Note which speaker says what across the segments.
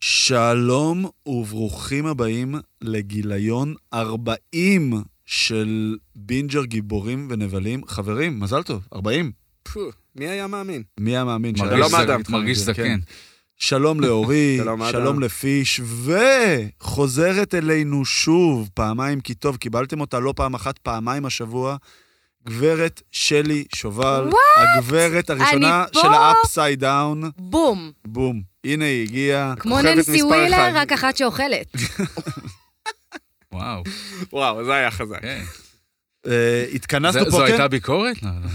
Speaker 1: שלום וברוכים הבאים לגיליון 40 של בינג'ר גיבורים ונבלים. חברים, מזל טוב, 40.
Speaker 2: פו, מי היה מאמין?
Speaker 1: מי היה מאמין?
Speaker 2: מרגיש
Speaker 1: שהיום
Speaker 2: זק-
Speaker 1: נגיד את
Speaker 3: מרגיש
Speaker 1: זה,
Speaker 3: זקן.
Speaker 1: כן. שלום לאורי,
Speaker 2: שלום, אדם.
Speaker 1: שלום לפיש, וחוזרת אלינו שוב, פעמיים כי טוב, קיבלתם אותה לא פעם אחת, פעמיים השבוע, גברת שלי שובל, הגברת הראשונה
Speaker 4: אני פה?
Speaker 1: של ה-upside down,
Speaker 4: בום.
Speaker 1: בום, הנה היא הגיעה.
Speaker 4: כמו
Speaker 2: כוכבת
Speaker 4: ננסי
Speaker 2: מספר
Speaker 4: ווילר,
Speaker 2: אחד.
Speaker 4: רק אחת שאוכלת.
Speaker 3: וואו,
Speaker 2: וואו, זה היה חזק.
Speaker 3: כן.
Speaker 1: אה, התכנסנו פה,
Speaker 3: זה- זו
Speaker 1: כן?
Speaker 3: הייתה ביקורת? לא, לא.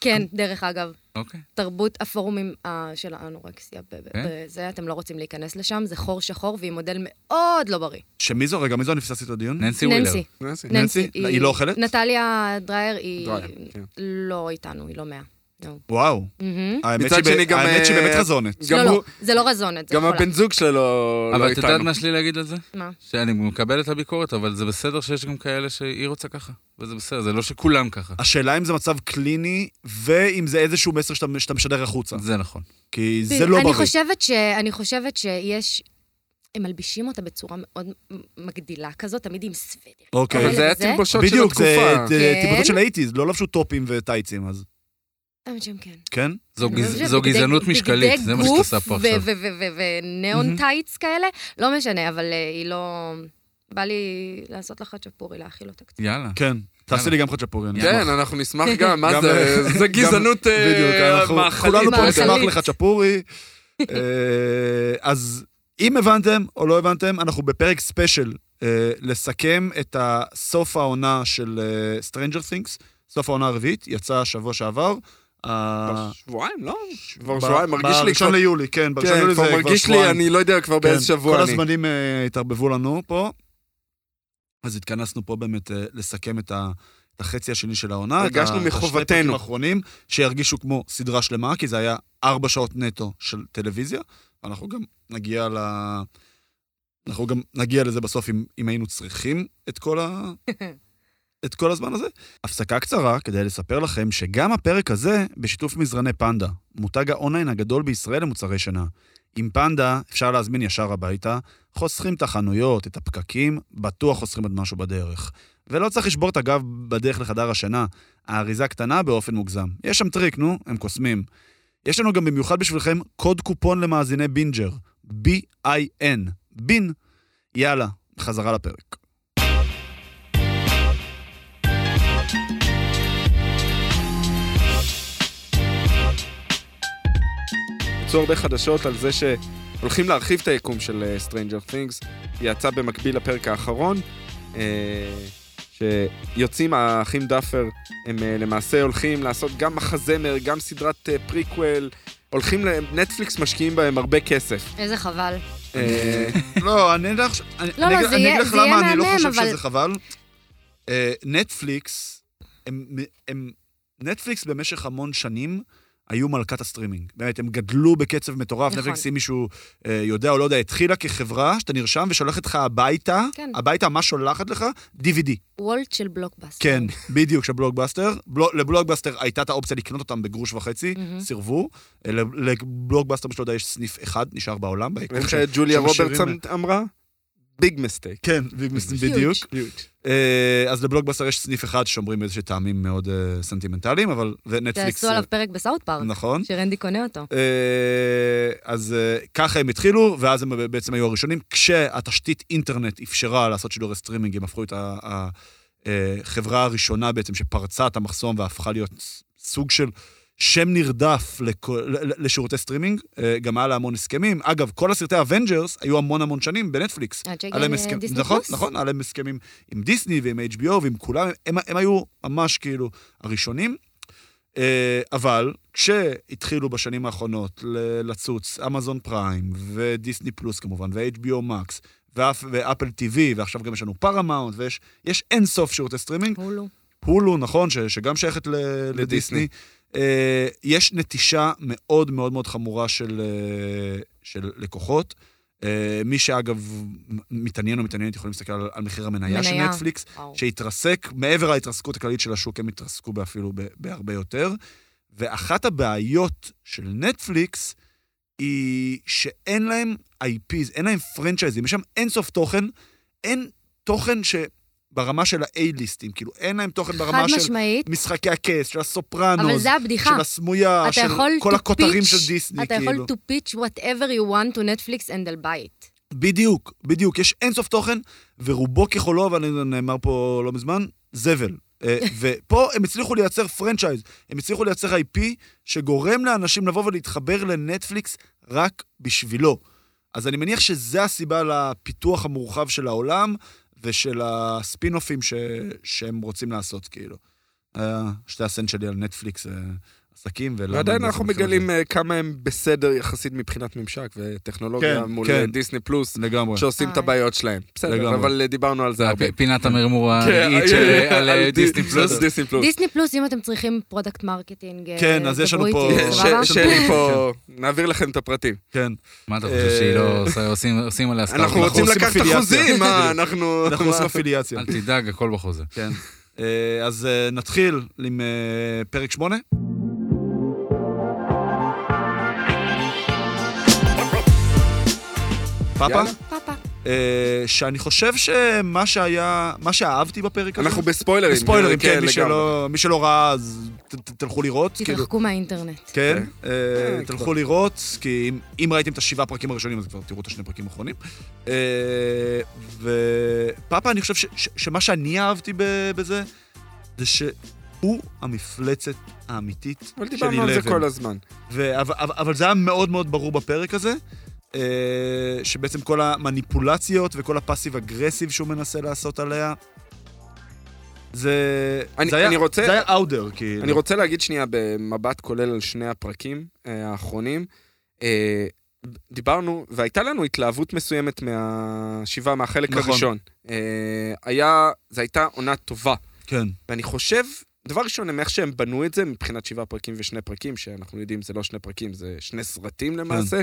Speaker 4: כן, דרך אגב,
Speaker 3: אוקיי.
Speaker 4: תרבות הפורומים אה, של האנורקסיה. ב- ב-
Speaker 3: כן?
Speaker 4: בזה, אתם לא רוצים להיכנס לשם, זה חור שחור והיא מודל מאוד לא בריא.
Speaker 1: שמי זו? רגע, מי זו? אני פספסתי את הדיון.
Speaker 3: ננסי ווילר.
Speaker 4: ננסי.
Speaker 2: ננסי.
Speaker 1: ננסי?
Speaker 4: ננסי.
Speaker 1: היא לא אוכלת?
Speaker 4: נטליה דרייר היא
Speaker 2: דרייר, כן.
Speaker 4: לא איתנו, היא לא מאה.
Speaker 1: וואו.
Speaker 4: מהמם.
Speaker 1: האמת
Speaker 2: מצד
Speaker 1: שהיא ב-
Speaker 2: שני גם,
Speaker 1: האמת שהיא
Speaker 2: אה,
Speaker 1: באמת חזונת.
Speaker 2: גם
Speaker 4: לא,
Speaker 2: הוא-
Speaker 4: לא, זה לא רזונת, זה
Speaker 2: גם
Speaker 4: חולה.
Speaker 2: הבן זוג שלו לא
Speaker 3: אבל את יודעת
Speaker 2: איתנו.
Speaker 3: מה יש לי להגיד על זה?
Speaker 4: מה?
Speaker 3: שאני מקבל את הביקורת, אבל זה בסדר שיש גם כאלה שהיא רוצה ככה. וזה בסדר, זה לא שכולם ככה.
Speaker 1: השאלה אם זה מצב קליני, ואם זה איזשהו מסר שאתה שאתה משדר החוצה.
Speaker 3: זה נכון.
Speaker 1: כי זה
Speaker 4: תראי,
Speaker 1: לא
Speaker 4: אני
Speaker 1: בריא.
Speaker 4: חושבת ש... אני חושבת שיש... הם מלבישים אותה בצורה מאוד מ- מגדילה כזאת, תמיד עם סוודר.
Speaker 1: אוקיי.
Speaker 2: אבל זה היה
Speaker 4: זה-
Speaker 2: תלבושות של
Speaker 1: בדיוק, זה
Speaker 2: התקופה.
Speaker 1: זה
Speaker 4: כן.
Speaker 1: תלבושות של האיטיז, לא לבשו טופים וטייצים אז,
Speaker 4: האמת שהם כן.
Speaker 1: כן?
Speaker 3: זו
Speaker 4: אני
Speaker 3: גז-
Speaker 4: חושבת
Speaker 3: זו
Speaker 4: שבגדי-
Speaker 3: גזענות
Speaker 4: בגדי
Speaker 3: משקלית, זה מה שאת
Speaker 4: גוף
Speaker 3: עושה פה עכשיו.
Speaker 4: ו- ו- ו- ו- ונאון טייטס כאלה, לא משנה, אבל אה, היא לא... בא לי לעשות לך צ'פורי, להאכיל אותה קצת.
Speaker 3: יאללה.
Speaker 1: כן. תעשי לי גם חצ'פורי. אני
Speaker 2: כן,
Speaker 1: אשמח.
Speaker 2: אנחנו נשמח גם, מה
Speaker 1: גם-
Speaker 2: זה? זה
Speaker 1: גם-
Speaker 2: גזענות אה,
Speaker 1: בדיוק, אנחנו-
Speaker 2: מאכלית.
Speaker 1: כולנו פה
Speaker 4: מאכלית.
Speaker 1: נשמח לחצ'פורי. אה, אז אם הבנתם או לא הבנתם, אנחנו בפרק ספיישל אה, לסכם את הסוף העונה של אה, Stranger Things, סוף העונה הרביעית, יצא שבוע שעבר. אה,
Speaker 2: שבועיים, לא? כבר
Speaker 1: ב-
Speaker 2: שבועיים, מרגיש לי
Speaker 1: בראשון
Speaker 2: כבר...
Speaker 1: ליולי, כן, בראשון
Speaker 2: כן,
Speaker 1: ליולי זה
Speaker 2: כבר
Speaker 1: כבר
Speaker 2: מרגיש לי,
Speaker 1: שבועיים. כן,
Speaker 2: אני לא יודע כבר באיזה שבוע
Speaker 1: כל
Speaker 2: אני.
Speaker 1: הזמנים אה, התערבבו לנו פה. אז התכנסנו פה באמת אה, לסכם את ה... את החצי השני של העונה.
Speaker 2: הרגשנו
Speaker 1: את ה- את השני
Speaker 2: מחובתנו.
Speaker 1: פרקים האחרונים, שירגישו כמו סדרה שלמה, כי זה היה ארבע שעות נטו של טלוויזיה. אנחנו גם נגיע ל... אנחנו גם נגיע לזה בסוף אם, אם היינו צריכים את כל, ה... את כל הזמן הזה. הפסקה קצרה כדי לספר לכם שגם הפרק הזה בשיתוף מזרני פנדה, מותג האונליין הגדול בישראל למוצרי שינה. עם פנדה אפשר להזמין ישר הביתה, חוסכים את החנויות, את הפקקים, בטוח חוסכים עוד משהו בדרך. ולא צריך לשבור את הגב בדרך לחדר השינה, האריזה קטנה באופן מוגזם. יש שם טריק, נו, הם קוסמים. יש לנו גם במיוחד בשבילכם קוד קופון למאזיני בינג'ר, B-I-N, בין. יאללה, חזרה לפרק.
Speaker 2: יצאו הרבה חדשות על זה שהולכים להרחיב את היקום של אה, Stranger Things. יצא במקביל לפרק האחרון, אה, שיוצאים האחים דאפר, הם אה, למעשה הולכים לעשות גם מחזמר, גם סדרת אה, פריקוול. הולכים, ל- נטפליקס משקיעים בהם הרבה כסף.
Speaker 4: איזה חבל.
Speaker 2: אה,
Speaker 1: לא, אני אגיד לך אני-
Speaker 4: לא,
Speaker 1: אני
Speaker 4: לא,
Speaker 1: אגיד-
Speaker 4: זה
Speaker 1: אני
Speaker 4: יהיה-
Speaker 1: אגיד לך
Speaker 4: זה יהיה
Speaker 1: למה אני לא
Speaker 4: מהמם,
Speaker 1: חושב
Speaker 4: אבל-
Speaker 1: שזה חבל. אה, נטפליקס, הם- הם- נטפליקס במשך המון שנים היו מלכת הסטרימינג. באמת, הם גדלו בקצב מטורף.
Speaker 4: נכון.
Speaker 1: נטפליקס, אם מישהו אה, יודע או לא יודע, התחילה כחברה שאתה נרשם ושולחת לך הביתה,
Speaker 4: כן.
Speaker 1: הביתה, מה שולחת לך? DVD.
Speaker 4: וולט של בלוקבאסטר.
Speaker 1: כן, בדיוק, של בלוגבאסטר. בלו- לבלוגבאסטר הייתה את האופציה לקנות אותם בגרוש וחצי,
Speaker 4: מהמם.
Speaker 1: סירבו. אה, לב- לבלוגבאסטר, מי שלא יודע, יש סניף אחד, נשאר בעולם. ביקום
Speaker 2: איך
Speaker 1: של-
Speaker 2: ג'וליה
Speaker 1: שמשאירים-
Speaker 2: רוברטס אמ- אמרה? ביג מסטייק.
Speaker 1: כן, בדיוק.
Speaker 2: Huge.
Speaker 1: אה, אז לבלוגבאסטר יש סניף אחד שאומרים איזה טעמים מאוד אה, סנטימנטליים, אבל זה נטפליקס.
Speaker 4: תעשו עליו פרק בסאוט
Speaker 1: אה,
Speaker 4: פארק,
Speaker 1: נכון.
Speaker 4: שרנדי קונה אותו.
Speaker 1: אה, אז אה, ככה הם התחילו, ואז הם בעצם היו הראשונים. כשהתשתית אינטרנט אפשרה לעשות שידורי סטרימינג, הם הפכו את ה- ה- אה, החברה הראשונה בעצם שפרצה את המחסום והפכה להיות סוג של שם נרדף לכל- ל- ל- לשירותי סטרימינג. אה, גם היה לה המון הסכמים. אגב, כל הסרטי אבנג'רס היו המון המון שנים בנטפליקס.
Speaker 4: עד שהגיע
Speaker 1: היה להם
Speaker 4: ל-
Speaker 1: הסכם-
Speaker 4: אה, דיסני
Speaker 1: נכון,
Speaker 4: פלוס.
Speaker 1: נכון, היה להם הסכמים עם דיסני ועם HBO ועם כולם, הם, הם היו ממש כאילו הראשונים. אה, אבל כשהתחילו בשנים האחרונות ל- לצוץ אמזון פריים ודיסני פלוס כמובן, ו-HBO מקס, ואפ, ואפל TV, ועכשיו גם יש לנו פארמאונט, ויש יש אין סוף שירותי סטרימינג,
Speaker 4: הולו.
Speaker 1: הולו, נכון, ש, שגם שייכת ל, לדיסני.
Speaker 2: לדיסני.
Speaker 1: אה, יש נטישה מאוד מאוד מאוד חמורה של, אה, של לקוחות. אה, מי שאגב מתעניין או מתעניינת יכולים להסתכל על, על מחיר המניה של
Speaker 4: מניה.
Speaker 1: נטפליקס,
Speaker 4: וואו.
Speaker 1: שהתרסק, מעבר להתרסקות הכללית של השוק, הם התרסקו באפילו ב- בהרבה יותר. ואחת הבעיות של נטפליקס היא שאין להם IPs, אין להם פרנצ'ייזים, יש שם אינסוף תוכן, אין תוכן שברמה של ה-A-ליסטים, כאילו אין להם תוכן
Speaker 4: חד
Speaker 1: ברמה של
Speaker 4: משמעית,
Speaker 1: משחקי הכס, של הסופרנוס.
Speaker 4: אבל זה הבדיחה.
Speaker 1: של הסמויה,
Speaker 4: אתה
Speaker 1: של
Speaker 4: יכול
Speaker 1: כל
Speaker 4: to
Speaker 1: הכותרים
Speaker 4: pitch-
Speaker 1: של דיסני,
Speaker 4: אתה
Speaker 1: כאילו.
Speaker 4: יכול to pitch whatever you want to Netflix and they'll buy it.
Speaker 1: בדיוק, בדיוק. יש אינסוף תוכן, ורובו ככולו, אבל נאמר פה לא מזמן, זבל. אה, ופה הם הצליחו לייצר פרנצ'ייז, הם הצליחו לייצר IP שגורם לאנשים לבוא ולהתחבר לנטפליקס רק בשבילו. אז אני מניח שזה הסיבה לפיתוח המורחב של העולם ושל הספין-אופים ש... שהם רוצים לעשות, כאילו. אה, שתי הסנט שלי על נטפליקס, אה, עסקים ולמה...
Speaker 2: ועדיין
Speaker 1: זה
Speaker 2: אנחנו
Speaker 1: מתחיל
Speaker 2: מגלים אה, כמה הם בסדר יחסית מבחינת ממשק וטכנולוגיה
Speaker 1: כן,
Speaker 2: מול
Speaker 1: כן.
Speaker 2: אה, דיסני פלוס,
Speaker 1: לזה. לגמרי.
Speaker 2: שעושים את
Speaker 4: אה.
Speaker 2: הבעיות שלהם. בסדר,
Speaker 1: לגמרי. אוקיי.
Speaker 2: אבל אה, דיברנו על זה
Speaker 3: זה
Speaker 2: הרבה.
Speaker 3: הפ- פינת המרמור
Speaker 2: כן,
Speaker 3: הרגעית
Speaker 2: אה,
Speaker 3: של על אה,
Speaker 2: על
Speaker 3: דיסני
Speaker 2: דיס-
Speaker 3: פלוס.
Speaker 2: דיסני פלוס.
Speaker 4: דיסני פלוס, אם אתם צריכים אה, פרודקט מרקטינג,
Speaker 1: כן, אז יש לנו פה-
Speaker 2: ש-
Speaker 1: סבבה?
Speaker 2: שלי פה, נעביר לכם את הפרטים.
Speaker 1: כן.
Speaker 3: מה אתה
Speaker 1: אה,
Speaker 3: חושב שהיא לא עושה- עושים- עושים עליה סקאוט?
Speaker 2: אנחנו רוצים
Speaker 1: עושים
Speaker 2: לקחת
Speaker 1: אפיליאציה.
Speaker 2: אחוזים, מה, אנחנו...
Speaker 1: אנחנו עושים אפיליאציה.
Speaker 3: אל תדאג, הכל בחוזה.
Speaker 1: כן. אה, אז אה, נתחיל עם אה, פרק 8. פאפה,
Speaker 2: יאללה.
Speaker 4: פאפה.
Speaker 1: אה, שאני חושב שמה שהיה, מה שאהבתי בפרק הזה,
Speaker 2: אנחנו בספוילרים.
Speaker 1: בספוילרים, כן, מי
Speaker 2: לגמרי.
Speaker 1: שלא- מי שלא ראה, אז ת- ת- תלכו לראות, כאילו,
Speaker 4: תתרחקו מהאינטרנט.
Speaker 1: כן, אה,
Speaker 2: אה,
Speaker 1: תלכו
Speaker 2: כבר.
Speaker 1: לראות, כי אם- אם ראיתם את השבעה פרקים הראשונים, אז כבר תראו את השני פרקים האחרונים. אה, ופאפה, אני חושב ש- ש- שמה שאני אהבתי ב- בזה, זה שהוא המפלצת האמיתית
Speaker 2: אבל
Speaker 1: של
Speaker 2: דיברנו על זה כל
Speaker 1: אילבן.
Speaker 2: הזמן.
Speaker 1: ו- אבל- אבל אבל זה היה מאוד מאוד ברור בפרק הזה, אה, שבעצם כל המניפולציות וכל הפאסיב אגרסיב שהוא מנסה לעשות עליה, זה
Speaker 2: אני-
Speaker 1: זה היה-
Speaker 2: אני רוצה-
Speaker 1: זה היה אאודר, כאילו.
Speaker 2: אני רוצה להגיד שנייה במבט כולל על שני הפרקים אה, האחרונים. אה, דיברנו, והייתה לנו התלהבות מסוימת מהשבעה, מהחלק
Speaker 1: נכון.
Speaker 2: הראשון. אה, היה, זו הייתה עונה טובה.
Speaker 1: כן,
Speaker 2: ואני חושב, דבר ראשון, הם איך שהם בנו את זה, מבחינת שבעה פרקים ושני פרקים, שאנחנו יודעים, זה לא שני פרקים, זה שני סרטים למעשה. אה,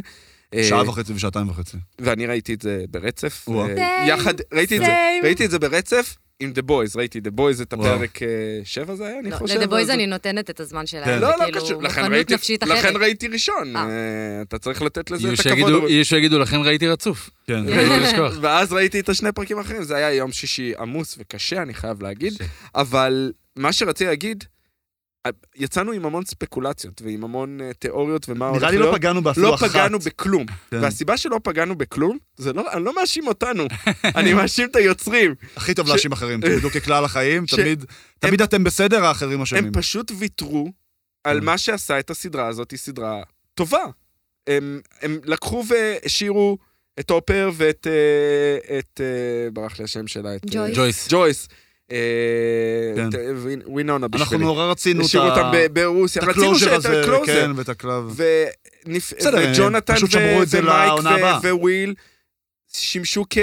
Speaker 1: כן. שעה וחצי ושעתיים וחצי.
Speaker 2: ואני ראיתי את זה ברצף.
Speaker 1: וואו.
Speaker 2: אה,
Speaker 4: Same,
Speaker 2: יחד, ראיתי את זה,
Speaker 4: same.
Speaker 2: ראיתי את זה ברצף עם The Boys, ראיתי The Boys את
Speaker 1: וואו.
Speaker 2: הפרק 7 זה היה, אני
Speaker 4: לא,
Speaker 2: חושב.
Speaker 4: לדה
Speaker 2: אז-
Speaker 4: בויז אני נותנת את הזמן
Speaker 1: כן.
Speaker 4: שלהם,
Speaker 2: לא,
Speaker 4: זה
Speaker 2: לא קשור,
Speaker 4: כאילו
Speaker 2: לכן
Speaker 4: מוכנות
Speaker 2: ראיתי,
Speaker 4: נפשית אחרת.
Speaker 2: לכן ראיתי ראשון.
Speaker 4: אה.
Speaker 2: אה, אתה צריך לתת לזה
Speaker 1: כאילו
Speaker 3: יהיו
Speaker 2: את
Speaker 3: שיגידו-
Speaker 2: הכבוד.
Speaker 3: יהיו שיגידו, לכן ראיתי רצוף.
Speaker 1: כן.
Speaker 4: כן.
Speaker 3: ראיתי לשכוח.
Speaker 2: ואז ראיתי את השני פרקים האחרים, זה היה יום שישי עמוס וקשה, אני חייב להגיד. אבל מה שרציתי להגיד, יצאנו עם המון ספקולציות ועם המון אה, תיאוריות ומה הולך
Speaker 1: נראה לי
Speaker 2: להיות.
Speaker 1: לא פגענו באפילו
Speaker 2: לא
Speaker 1: אחת.
Speaker 2: פגענו בכלום.
Speaker 1: כן.
Speaker 2: והסיבה שלא פגענו בכלום, זה לא, אני לא מאשים אותנו, אני מאשים את היוצרים.
Speaker 1: הכי טוב
Speaker 2: ש-
Speaker 1: להאשים אחרים, תגידו ככלל החיים,
Speaker 2: ש-
Speaker 1: תמיד- תמיד אתם בסדר, האחרים
Speaker 2: הם
Speaker 1: אשמים.
Speaker 2: פשוט ויתרו על
Speaker 1: כן.
Speaker 2: מה שעשה את הסדרה הזאת, היא סדרה טובה. הם, הם לקחו והשאירו את אופר ואת... אה, את... אה, ברח לי השם שלה, את... אה,
Speaker 4: ג'ויס.
Speaker 3: ג'ויס.
Speaker 2: ג'ויס. אה,
Speaker 1: כן.
Speaker 2: את, אה, וינ- ווינונה
Speaker 1: אנחנו
Speaker 2: בשבילי.
Speaker 1: נורא רצינו את
Speaker 2: השאירו אותם
Speaker 1: ה-
Speaker 2: ב- ברוסיה.
Speaker 1: את
Speaker 2: רצינו
Speaker 1: הקלוז'ר
Speaker 2: שאת
Speaker 1: הזה,
Speaker 2: הקלוז'ר.
Speaker 1: כן, ואת הקלב.
Speaker 2: ונפ...
Speaker 1: בסדר, הם
Speaker 2: וג'ונתן
Speaker 1: פשוט
Speaker 2: ו...
Speaker 1: שמרו את זה
Speaker 2: ומייק
Speaker 1: לעונה הבאה.
Speaker 2: ו... וויל שימשו כ...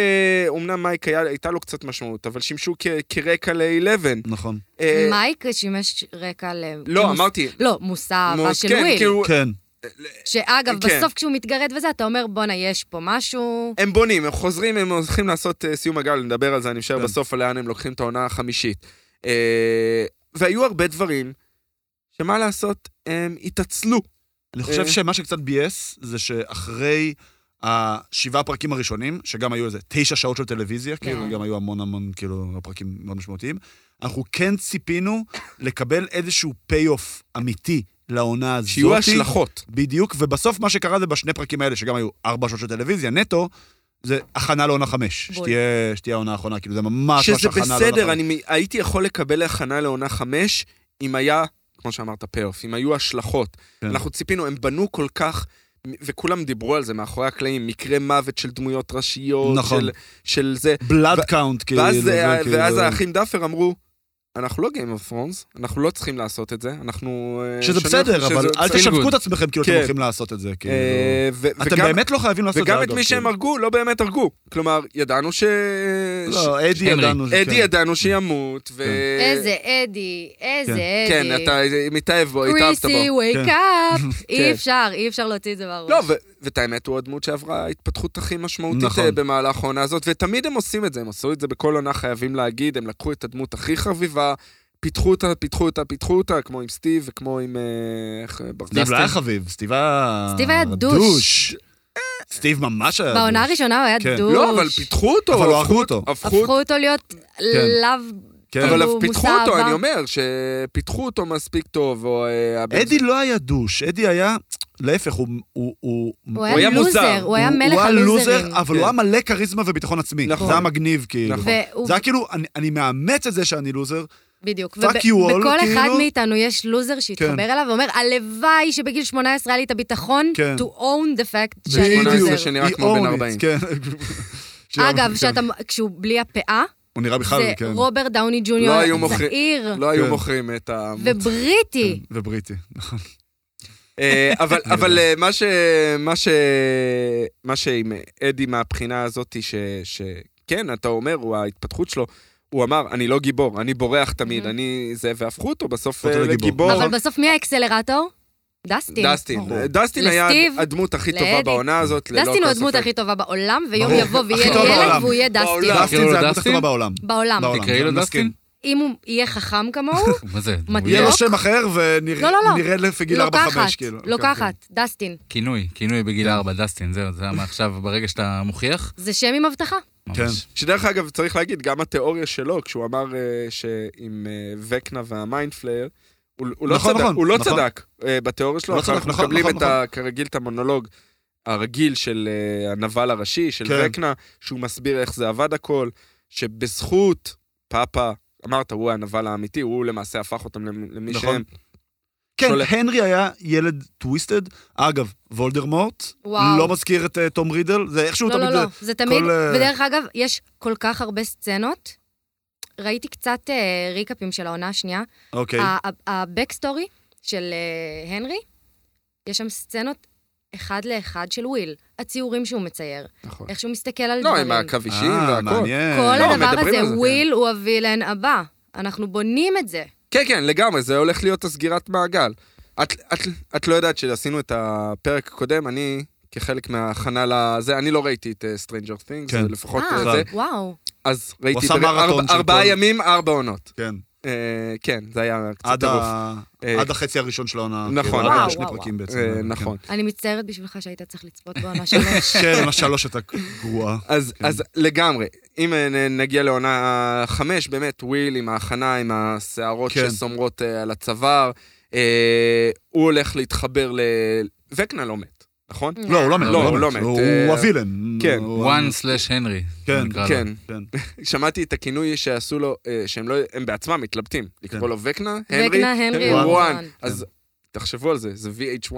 Speaker 2: אמנם מייק היה... הייתה לו קצת משמעות, אבל שימשו כ... כרקע ל-11.
Speaker 1: נכון.
Speaker 2: אה,
Speaker 4: מייק שימש רקע ל...
Speaker 2: לא, אמרתי.
Speaker 4: לא, מושא אהבה
Speaker 2: מוס-
Speaker 4: של
Speaker 2: כן,
Speaker 4: וויל.
Speaker 2: כאילו,
Speaker 1: כן,
Speaker 4: שאגב,
Speaker 2: כן.
Speaker 4: בסוף כשהוא מתגרד וזה, אתה אומר, בואנה, יש פה משהו...
Speaker 2: הם בונים, הם חוזרים, הם הולכים לעשות אה, סיום הגל, נדבר על זה, אני משער
Speaker 1: כן.
Speaker 2: בסוף על לאן הם לוקחים את העונה החמישית. אה, והיו הרבה דברים שמה לעשות, הם התעצלו.
Speaker 1: אני חושב
Speaker 2: אה.
Speaker 1: שמה שקצת ביאס, זה שאחרי השבעה פרקים הראשונים, שגם היו איזה תשע שעות של טלוויזיה,
Speaker 2: כן.
Speaker 1: כאילו, גם היו המון המון, כאילו, פרקים מאוד משמעותיים, אנחנו כן ציפינו לקבל איזשהו פי-אוף אמיתי לעונה הזאת.
Speaker 2: שיהיו השלכות.
Speaker 1: בדיוק, ובסוף מה שקרה זה בשני פרקים האלה, שגם היו ארבע שעות של טלוויזיה, נטו, זה הכנה לעונה חמש.
Speaker 4: בול.
Speaker 1: שתהיה, שתהיה העונה האחרונה, כאילו זה ממש ממש
Speaker 2: שזה
Speaker 1: הכנה לעונה חמש.
Speaker 2: בסדר, אני מ- הייתי יכול לקבל הכנה לעונה חמש, אם היה, כמו שאמרת, פי-אוף, אם היו השלכות.
Speaker 1: כן.
Speaker 2: אנחנו ציפינו, הם בנו כל כך, וכולם דיברו על זה מאחורי הקלעים, מקרי מוות של דמויות ראשיות,
Speaker 1: נכון.
Speaker 2: של, של זה.
Speaker 1: בלאד קאונט, כאילו.
Speaker 2: ואז,
Speaker 1: זה
Speaker 2: אה,
Speaker 1: כאילו-
Speaker 2: ואז האחים דאפר אמרו, אנחנו לא Game of Thrones, אנחנו לא צריכים לעשות את זה, אנחנו... אה,
Speaker 1: שזה
Speaker 2: שומעים
Speaker 1: בסדר,
Speaker 2: לכם
Speaker 1: אבל
Speaker 2: שזה-
Speaker 1: אל
Speaker 2: זה-
Speaker 1: תשווקו את עצמכם כאילו אתם
Speaker 2: כן.
Speaker 1: הולכים לעשות את זה, כאילו.
Speaker 2: אה, ו-
Speaker 1: אתם
Speaker 2: וגם-
Speaker 1: באמת לא חייבים לעשות את זה,
Speaker 2: וגם את
Speaker 1: אגב,
Speaker 2: מי שהם
Speaker 1: כאילו.
Speaker 2: הרגו, לא באמת הרגו. כלומר, ידענו ש... ש-
Speaker 1: לא, אדי
Speaker 3: הנרי.
Speaker 1: ידענו.
Speaker 2: אדי
Speaker 1: כן.
Speaker 2: ידענו שימות, ו...
Speaker 4: איזה אדי, איזה אדי.
Speaker 2: כן, אה, אתה מתאהב בו, התאהבת
Speaker 4: קריסי,
Speaker 2: בו.
Speaker 4: wake
Speaker 1: כן.
Speaker 4: up.
Speaker 2: כן.
Speaker 4: אי אפשר, אי אפשר להוציא את זה מהראש.
Speaker 2: לא, ו- ואת האמת, הוא הדמות שעברה ההתפתחות הכי משמעותית
Speaker 1: נכון.
Speaker 2: נכון. במהלך העונה הזאת, ותמיד הם עושים את זה, הם עשו את זה בכל עונה, חייבים להגיד, הם לקחו את הדמות הכי חביבה, פיתחו אותה, פיתחו אותה, פיתחו אותה, כמו עם סטיב וכמו עם... אה, איך, אה, ברזיל.
Speaker 1: סטיב לא היה חביב, סטיב היה...
Speaker 4: סטיב היה דוש.
Speaker 1: סטיב ממש היה דוש.
Speaker 4: בעונה הראשונה הוא היה
Speaker 1: כן.
Speaker 4: דוש.
Speaker 2: לא, אבל פיתחו אותו,
Speaker 1: אבל לא
Speaker 2: הפכו-
Speaker 1: הרגו אותו.
Speaker 4: הפכו אותו להיות לאו...
Speaker 1: כן.
Speaker 2: אבל
Speaker 4: הוא
Speaker 2: פיתחו
Speaker 4: מושא
Speaker 2: אותו,
Speaker 4: אהבה.
Speaker 2: אני אומר, שפיתחו אותו מספיק טוב, או... אה, הבן-
Speaker 1: אדי לא היה דוש, אדי היה... להפך, הוא... הוא, הוא,
Speaker 4: הוא היה
Speaker 2: היה
Speaker 4: לוזר,
Speaker 2: מוזר.
Speaker 4: הוא היה
Speaker 1: הוא
Speaker 4: מלך
Speaker 1: היה
Speaker 4: הלוזרים.
Speaker 1: לוזר, אבל הוא היה מלא כריזמה וביטחון עצמי.
Speaker 2: כן. נכון.
Speaker 1: זה היה מגניב, כאילו.
Speaker 2: נכון.
Speaker 4: והוא-
Speaker 1: זה היה כאילו, אני, אני מאמץ את זה שאני לוזר,
Speaker 4: בדיוק.
Speaker 1: Fuck you all,
Speaker 4: בכל אחד
Speaker 1: כאילו.
Speaker 4: מאיתנו יש לוזר שהתחבר אליו ואומר, הלוואי שבגיל 18 היה לי את הביטחון
Speaker 1: כן.
Speaker 4: to own the fact שאני
Speaker 2: בדיוק.
Speaker 4: לוזר.
Speaker 2: שנראה
Speaker 1: He
Speaker 2: כמו בן
Speaker 1: owned it,
Speaker 2: 40.
Speaker 1: כן.
Speaker 4: אגב,
Speaker 1: כן.
Speaker 4: שאתה- כשהוא בלי הפאה,
Speaker 1: הוא נראה בכלל,
Speaker 4: זה
Speaker 1: כן.
Speaker 4: רוברט דאוני ג'וניור
Speaker 2: לא היו מוכרים-
Speaker 4: צעיר
Speaker 2: לא היו
Speaker 1: כן.
Speaker 2: מוכרים את ה...
Speaker 4: ובריטי.
Speaker 1: ובריטי, נכון.
Speaker 2: אה, אבל,
Speaker 1: אני
Speaker 2: אבל
Speaker 1: יודע.
Speaker 2: אה, מה ש... מה ש... מה שעם אדי מהבחינה הזאת, ש... ש... כן, אתה אומר, הוא, ההתפתחות שלו, הוא אמר, אני לא גיבור, אני בורח תמיד,
Speaker 4: Mhm.
Speaker 2: אני זה, והפכו אותו בסוף
Speaker 1: אותו
Speaker 2: אה,
Speaker 1: לגיבור.
Speaker 2: לגיבור.
Speaker 4: אבל בסוף מי האקסלרטור? דסטין.
Speaker 2: דסטין.
Speaker 1: ברור.
Speaker 2: דסטין היה
Speaker 4: לסטיב,
Speaker 2: הדמות הכי טובה
Speaker 4: לאדי.
Speaker 2: בעונה הזאת, ללא
Speaker 4: דסטין
Speaker 2: כל
Speaker 4: הוא הדמות
Speaker 2: ספק.
Speaker 4: הכי טובה בעולם, ויום
Speaker 1: ברור.
Speaker 4: יבוא ויהיה
Speaker 1: הכי טוב
Speaker 4: ילד
Speaker 1: בעולם.
Speaker 4: והוא יהיה דסטין.
Speaker 2: בעולם.
Speaker 1: דסטין זה הדמות הכי
Speaker 3: דסטין?
Speaker 1: טובה בעולם.
Speaker 4: בעולם.
Speaker 1: בעולם.
Speaker 3: תקראי לו
Speaker 1: אני
Speaker 3: דסטין?
Speaker 1: מסכים.
Speaker 4: אם הוא יהיה חכם כמוהו,
Speaker 3: מה זה?
Speaker 1: יהיה לו
Speaker 4: לוק?
Speaker 1: שם אחר
Speaker 4: לא, לא, לא.
Speaker 1: ונראה לפגיל 4-5,
Speaker 4: לוקחת,
Speaker 1: כאילו.
Speaker 4: לוקחת, דסטין.
Speaker 3: כינוי, כינוי בגיל ארבע, דסטין, זהו, זה מה עכשיו, ברגע שאתה מוכיח,
Speaker 4: זה שם עם הבטחה.
Speaker 1: כן.
Speaker 3: ממש.
Speaker 2: שדרך אגב, צריך להגיד, גם התיאוריה שלו, כשהוא אמר אה, שעם אה, וקנה והמיינד פלייר, הוא, הוא לא
Speaker 1: נכון,
Speaker 2: צדק,
Speaker 1: נכון,
Speaker 2: הוא לא
Speaker 1: נכון.
Speaker 2: צדק אה, בתיאוריה שלו,
Speaker 1: הוא לא
Speaker 2: אבל
Speaker 1: צדק,
Speaker 2: אנחנו
Speaker 1: נכון,
Speaker 2: מקבלים
Speaker 1: נכון,
Speaker 2: את ה, כרגיל את המונולוג הרגיל של אה, הנבל הראשי, של
Speaker 1: כן.
Speaker 2: וקנה, שהוא מסביר איך זה עבד הכל, שבזכות פאפה, אמרת, הוא הנבל האמיתי, הוא למעשה הפך אותם למ- למי
Speaker 1: נכון.
Speaker 2: שהם.
Speaker 1: כן,
Speaker 2: שולט.
Speaker 1: הנרי היה ילד טוויסטד. אגב, וולדרמורט,
Speaker 4: וואו.
Speaker 1: לא מזכיר את אה, תום רידל, זה איכשהו
Speaker 4: לא,
Speaker 1: תמיד...
Speaker 4: לא, לא, זה תמיד,
Speaker 1: כל, אה,
Speaker 4: ודרך אגב, יש כל כך הרבה סצנות. ראיתי קצת אה, ריקאפים של העונה השנייה.
Speaker 2: כן.
Speaker 1: אוקיי.
Speaker 2: אה,
Speaker 4: הבקסטורי של אה, הנרי, יש שם סצנות אחד לאחד של וויל. הציורים שהוא מצייר,
Speaker 2: נכון.
Speaker 4: איך שהוא מסתכל על
Speaker 2: לא,
Speaker 4: דברים.
Speaker 2: עם הקו אישי
Speaker 1: אה,
Speaker 2: והכל.
Speaker 1: מעניין.
Speaker 4: כל
Speaker 2: לא,
Speaker 4: הדבר
Speaker 2: מדברים על
Speaker 4: הזה,
Speaker 2: זה,
Speaker 4: וויל הוא הווילן הבא. אנחנו בונים את זה.
Speaker 2: כן, כן, לגמרי, זה הולך להיות הסגירת מעגל. את, את, את לא יודעת שעשינו את הפרק הקודם, אני, כחלק מההכנה לזה, אני לא ראיתי את אה, Stranger Things,
Speaker 1: כן.
Speaker 2: כן. לפחות
Speaker 4: אה,
Speaker 2: אה, זה,
Speaker 4: וואו.
Speaker 2: אז ראיתי
Speaker 1: עשה
Speaker 2: את זה
Speaker 1: מרתון של
Speaker 2: ארבעה
Speaker 1: כל-
Speaker 2: ימים, ארבע עונות.
Speaker 1: כן.
Speaker 2: אה, כן, זה היה קצת
Speaker 1: עד,
Speaker 2: טירוף.
Speaker 1: ה...
Speaker 2: אה,
Speaker 1: עד החצי הראשון של העונה.
Speaker 2: נכון.
Speaker 1: כאילו,
Speaker 4: וואו,
Speaker 1: היה שני
Speaker 4: וואו,
Speaker 1: פרקים בעצם.
Speaker 2: אה,
Speaker 1: כן.
Speaker 2: נכון.
Speaker 4: אני מצטערת בשבילך שהיית צריך לצפות בעונה שלוש.
Speaker 1: כן, עונה שלוש הייתה גרועה.
Speaker 2: אז, כן. אז לגמרי, אם אה, נ- נגיע לעונה חמש, באמת, וויל עם ההכנה, עם השערות
Speaker 1: כן.
Speaker 2: כן. שסומרות אה, על הצוואר, אה, הוא הולך להתחבר ל... וקנה לא מת, נכון?
Speaker 1: לא, הוא לא מת.
Speaker 2: לא, הוא לא מת.
Speaker 1: הוא
Speaker 2: אה,
Speaker 1: הווילן.
Speaker 2: כן.
Speaker 1: הוא-
Speaker 3: one slash הנרי.
Speaker 1: כן,
Speaker 2: כן.
Speaker 1: כן.
Speaker 2: שמעתי את הכינוי שעשו לו, אה, שהם לא, הם בעצמם מתלבטים, לקרוא לו וקנה, הנרי,
Speaker 4: וקנה, הנרי,
Speaker 1: וואן.
Speaker 2: וואן.
Speaker 4: וואן.
Speaker 2: אז תחשבו על זה, זה VH1.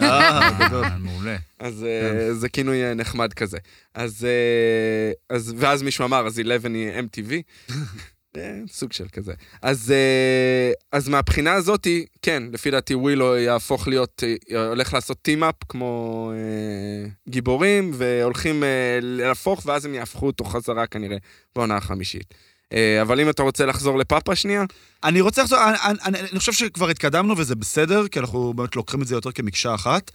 Speaker 1: אה, גדול.
Speaker 3: אה, מעולה.
Speaker 2: אז אה,
Speaker 1: כן.
Speaker 2: זה כינוי אה, נחמד כזה. אז, אה, אז, ואז מישהו אמר, אז 11 היא MTV. אה, סוג של כזה. אז, אה, אז מהבחינה הזאתי, כן, לפי דעתי ווילו יהפוך להיות, אה, הולך לעשות טים-אפ כמו אה, גיבורים, והולכים אה, להפוך, ואז הם יהפכו אותו חזרה כנראה בעונה החמישית. אה, אבל אם אתה רוצה לחזור לפאפה שנייה,
Speaker 1: אני רוצה לחזור, אני, אני, אני, אני חושב שכבר התקדמנו וזה בסדר, כי אנחנו באמת לוקחים את זה יותר כמקשה אחת.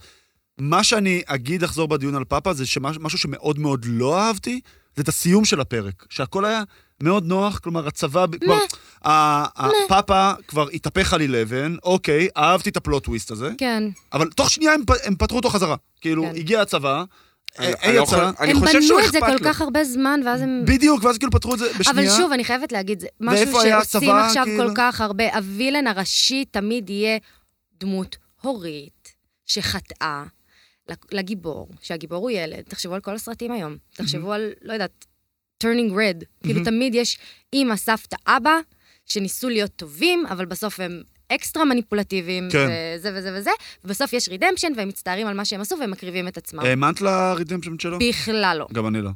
Speaker 1: מה שאני אגיד לחזור בדיון על פאפה זה שמשהו שמאוד מאוד לא אהבתי, זה את הסיום של הפרק, שהכל היה מאוד נוח, כלומר הצבא, ב- כבר, ה- ה- פאפה כבר התהפך על 11, אוקיי, אהבתי את הפלוט טוויסט הזה,
Speaker 4: כן.
Speaker 1: אבל תוך שנייה הם, פ- הם פתחו אותו חזרה. כאילו,
Speaker 4: כן.
Speaker 1: הגיע הצבא,
Speaker 2: אני-
Speaker 1: אה,
Speaker 2: אני לא
Speaker 1: יצא,
Speaker 2: יכול- אני
Speaker 4: הם
Speaker 2: חושב
Speaker 4: בנו
Speaker 2: שהוא
Speaker 4: את זה
Speaker 2: אכפת
Speaker 4: כל
Speaker 2: לו.
Speaker 4: כך הרבה זמן, ואז הם...
Speaker 1: בדיוק, ואז כאילו פתחו את זה בשנייה.
Speaker 4: אבל שוב, אני חייבת להגיד, זה משהו
Speaker 1: ואיפה היה
Speaker 4: שעושים
Speaker 1: הצבא,
Speaker 4: עכשיו
Speaker 1: כאילו?
Speaker 4: כל כך הרבה. הווילן הראשי תמיד יהיה דמות הורית שחטאה לק- לגיבור, שהגיבור הוא ילד. תחשבו על כל הסרטים היום.
Speaker 1: Mm-hmm.
Speaker 4: תחשבו על, לא יודעת, turning red. כאילו תמיד יש אימא, סבתא, אבא, שניסו להיות טובים, אבל בסוף הם... אקסטרה מניפולטיביים,
Speaker 1: כן.
Speaker 4: וזה וזה וזה, ובסוף יש רידמפשן, והם מצטערים על מה שהם עשו, והם מקריבים את עצמם.
Speaker 1: האמנת לרידמפשן שלו?
Speaker 4: בכלל לא,
Speaker 1: גם אני לא.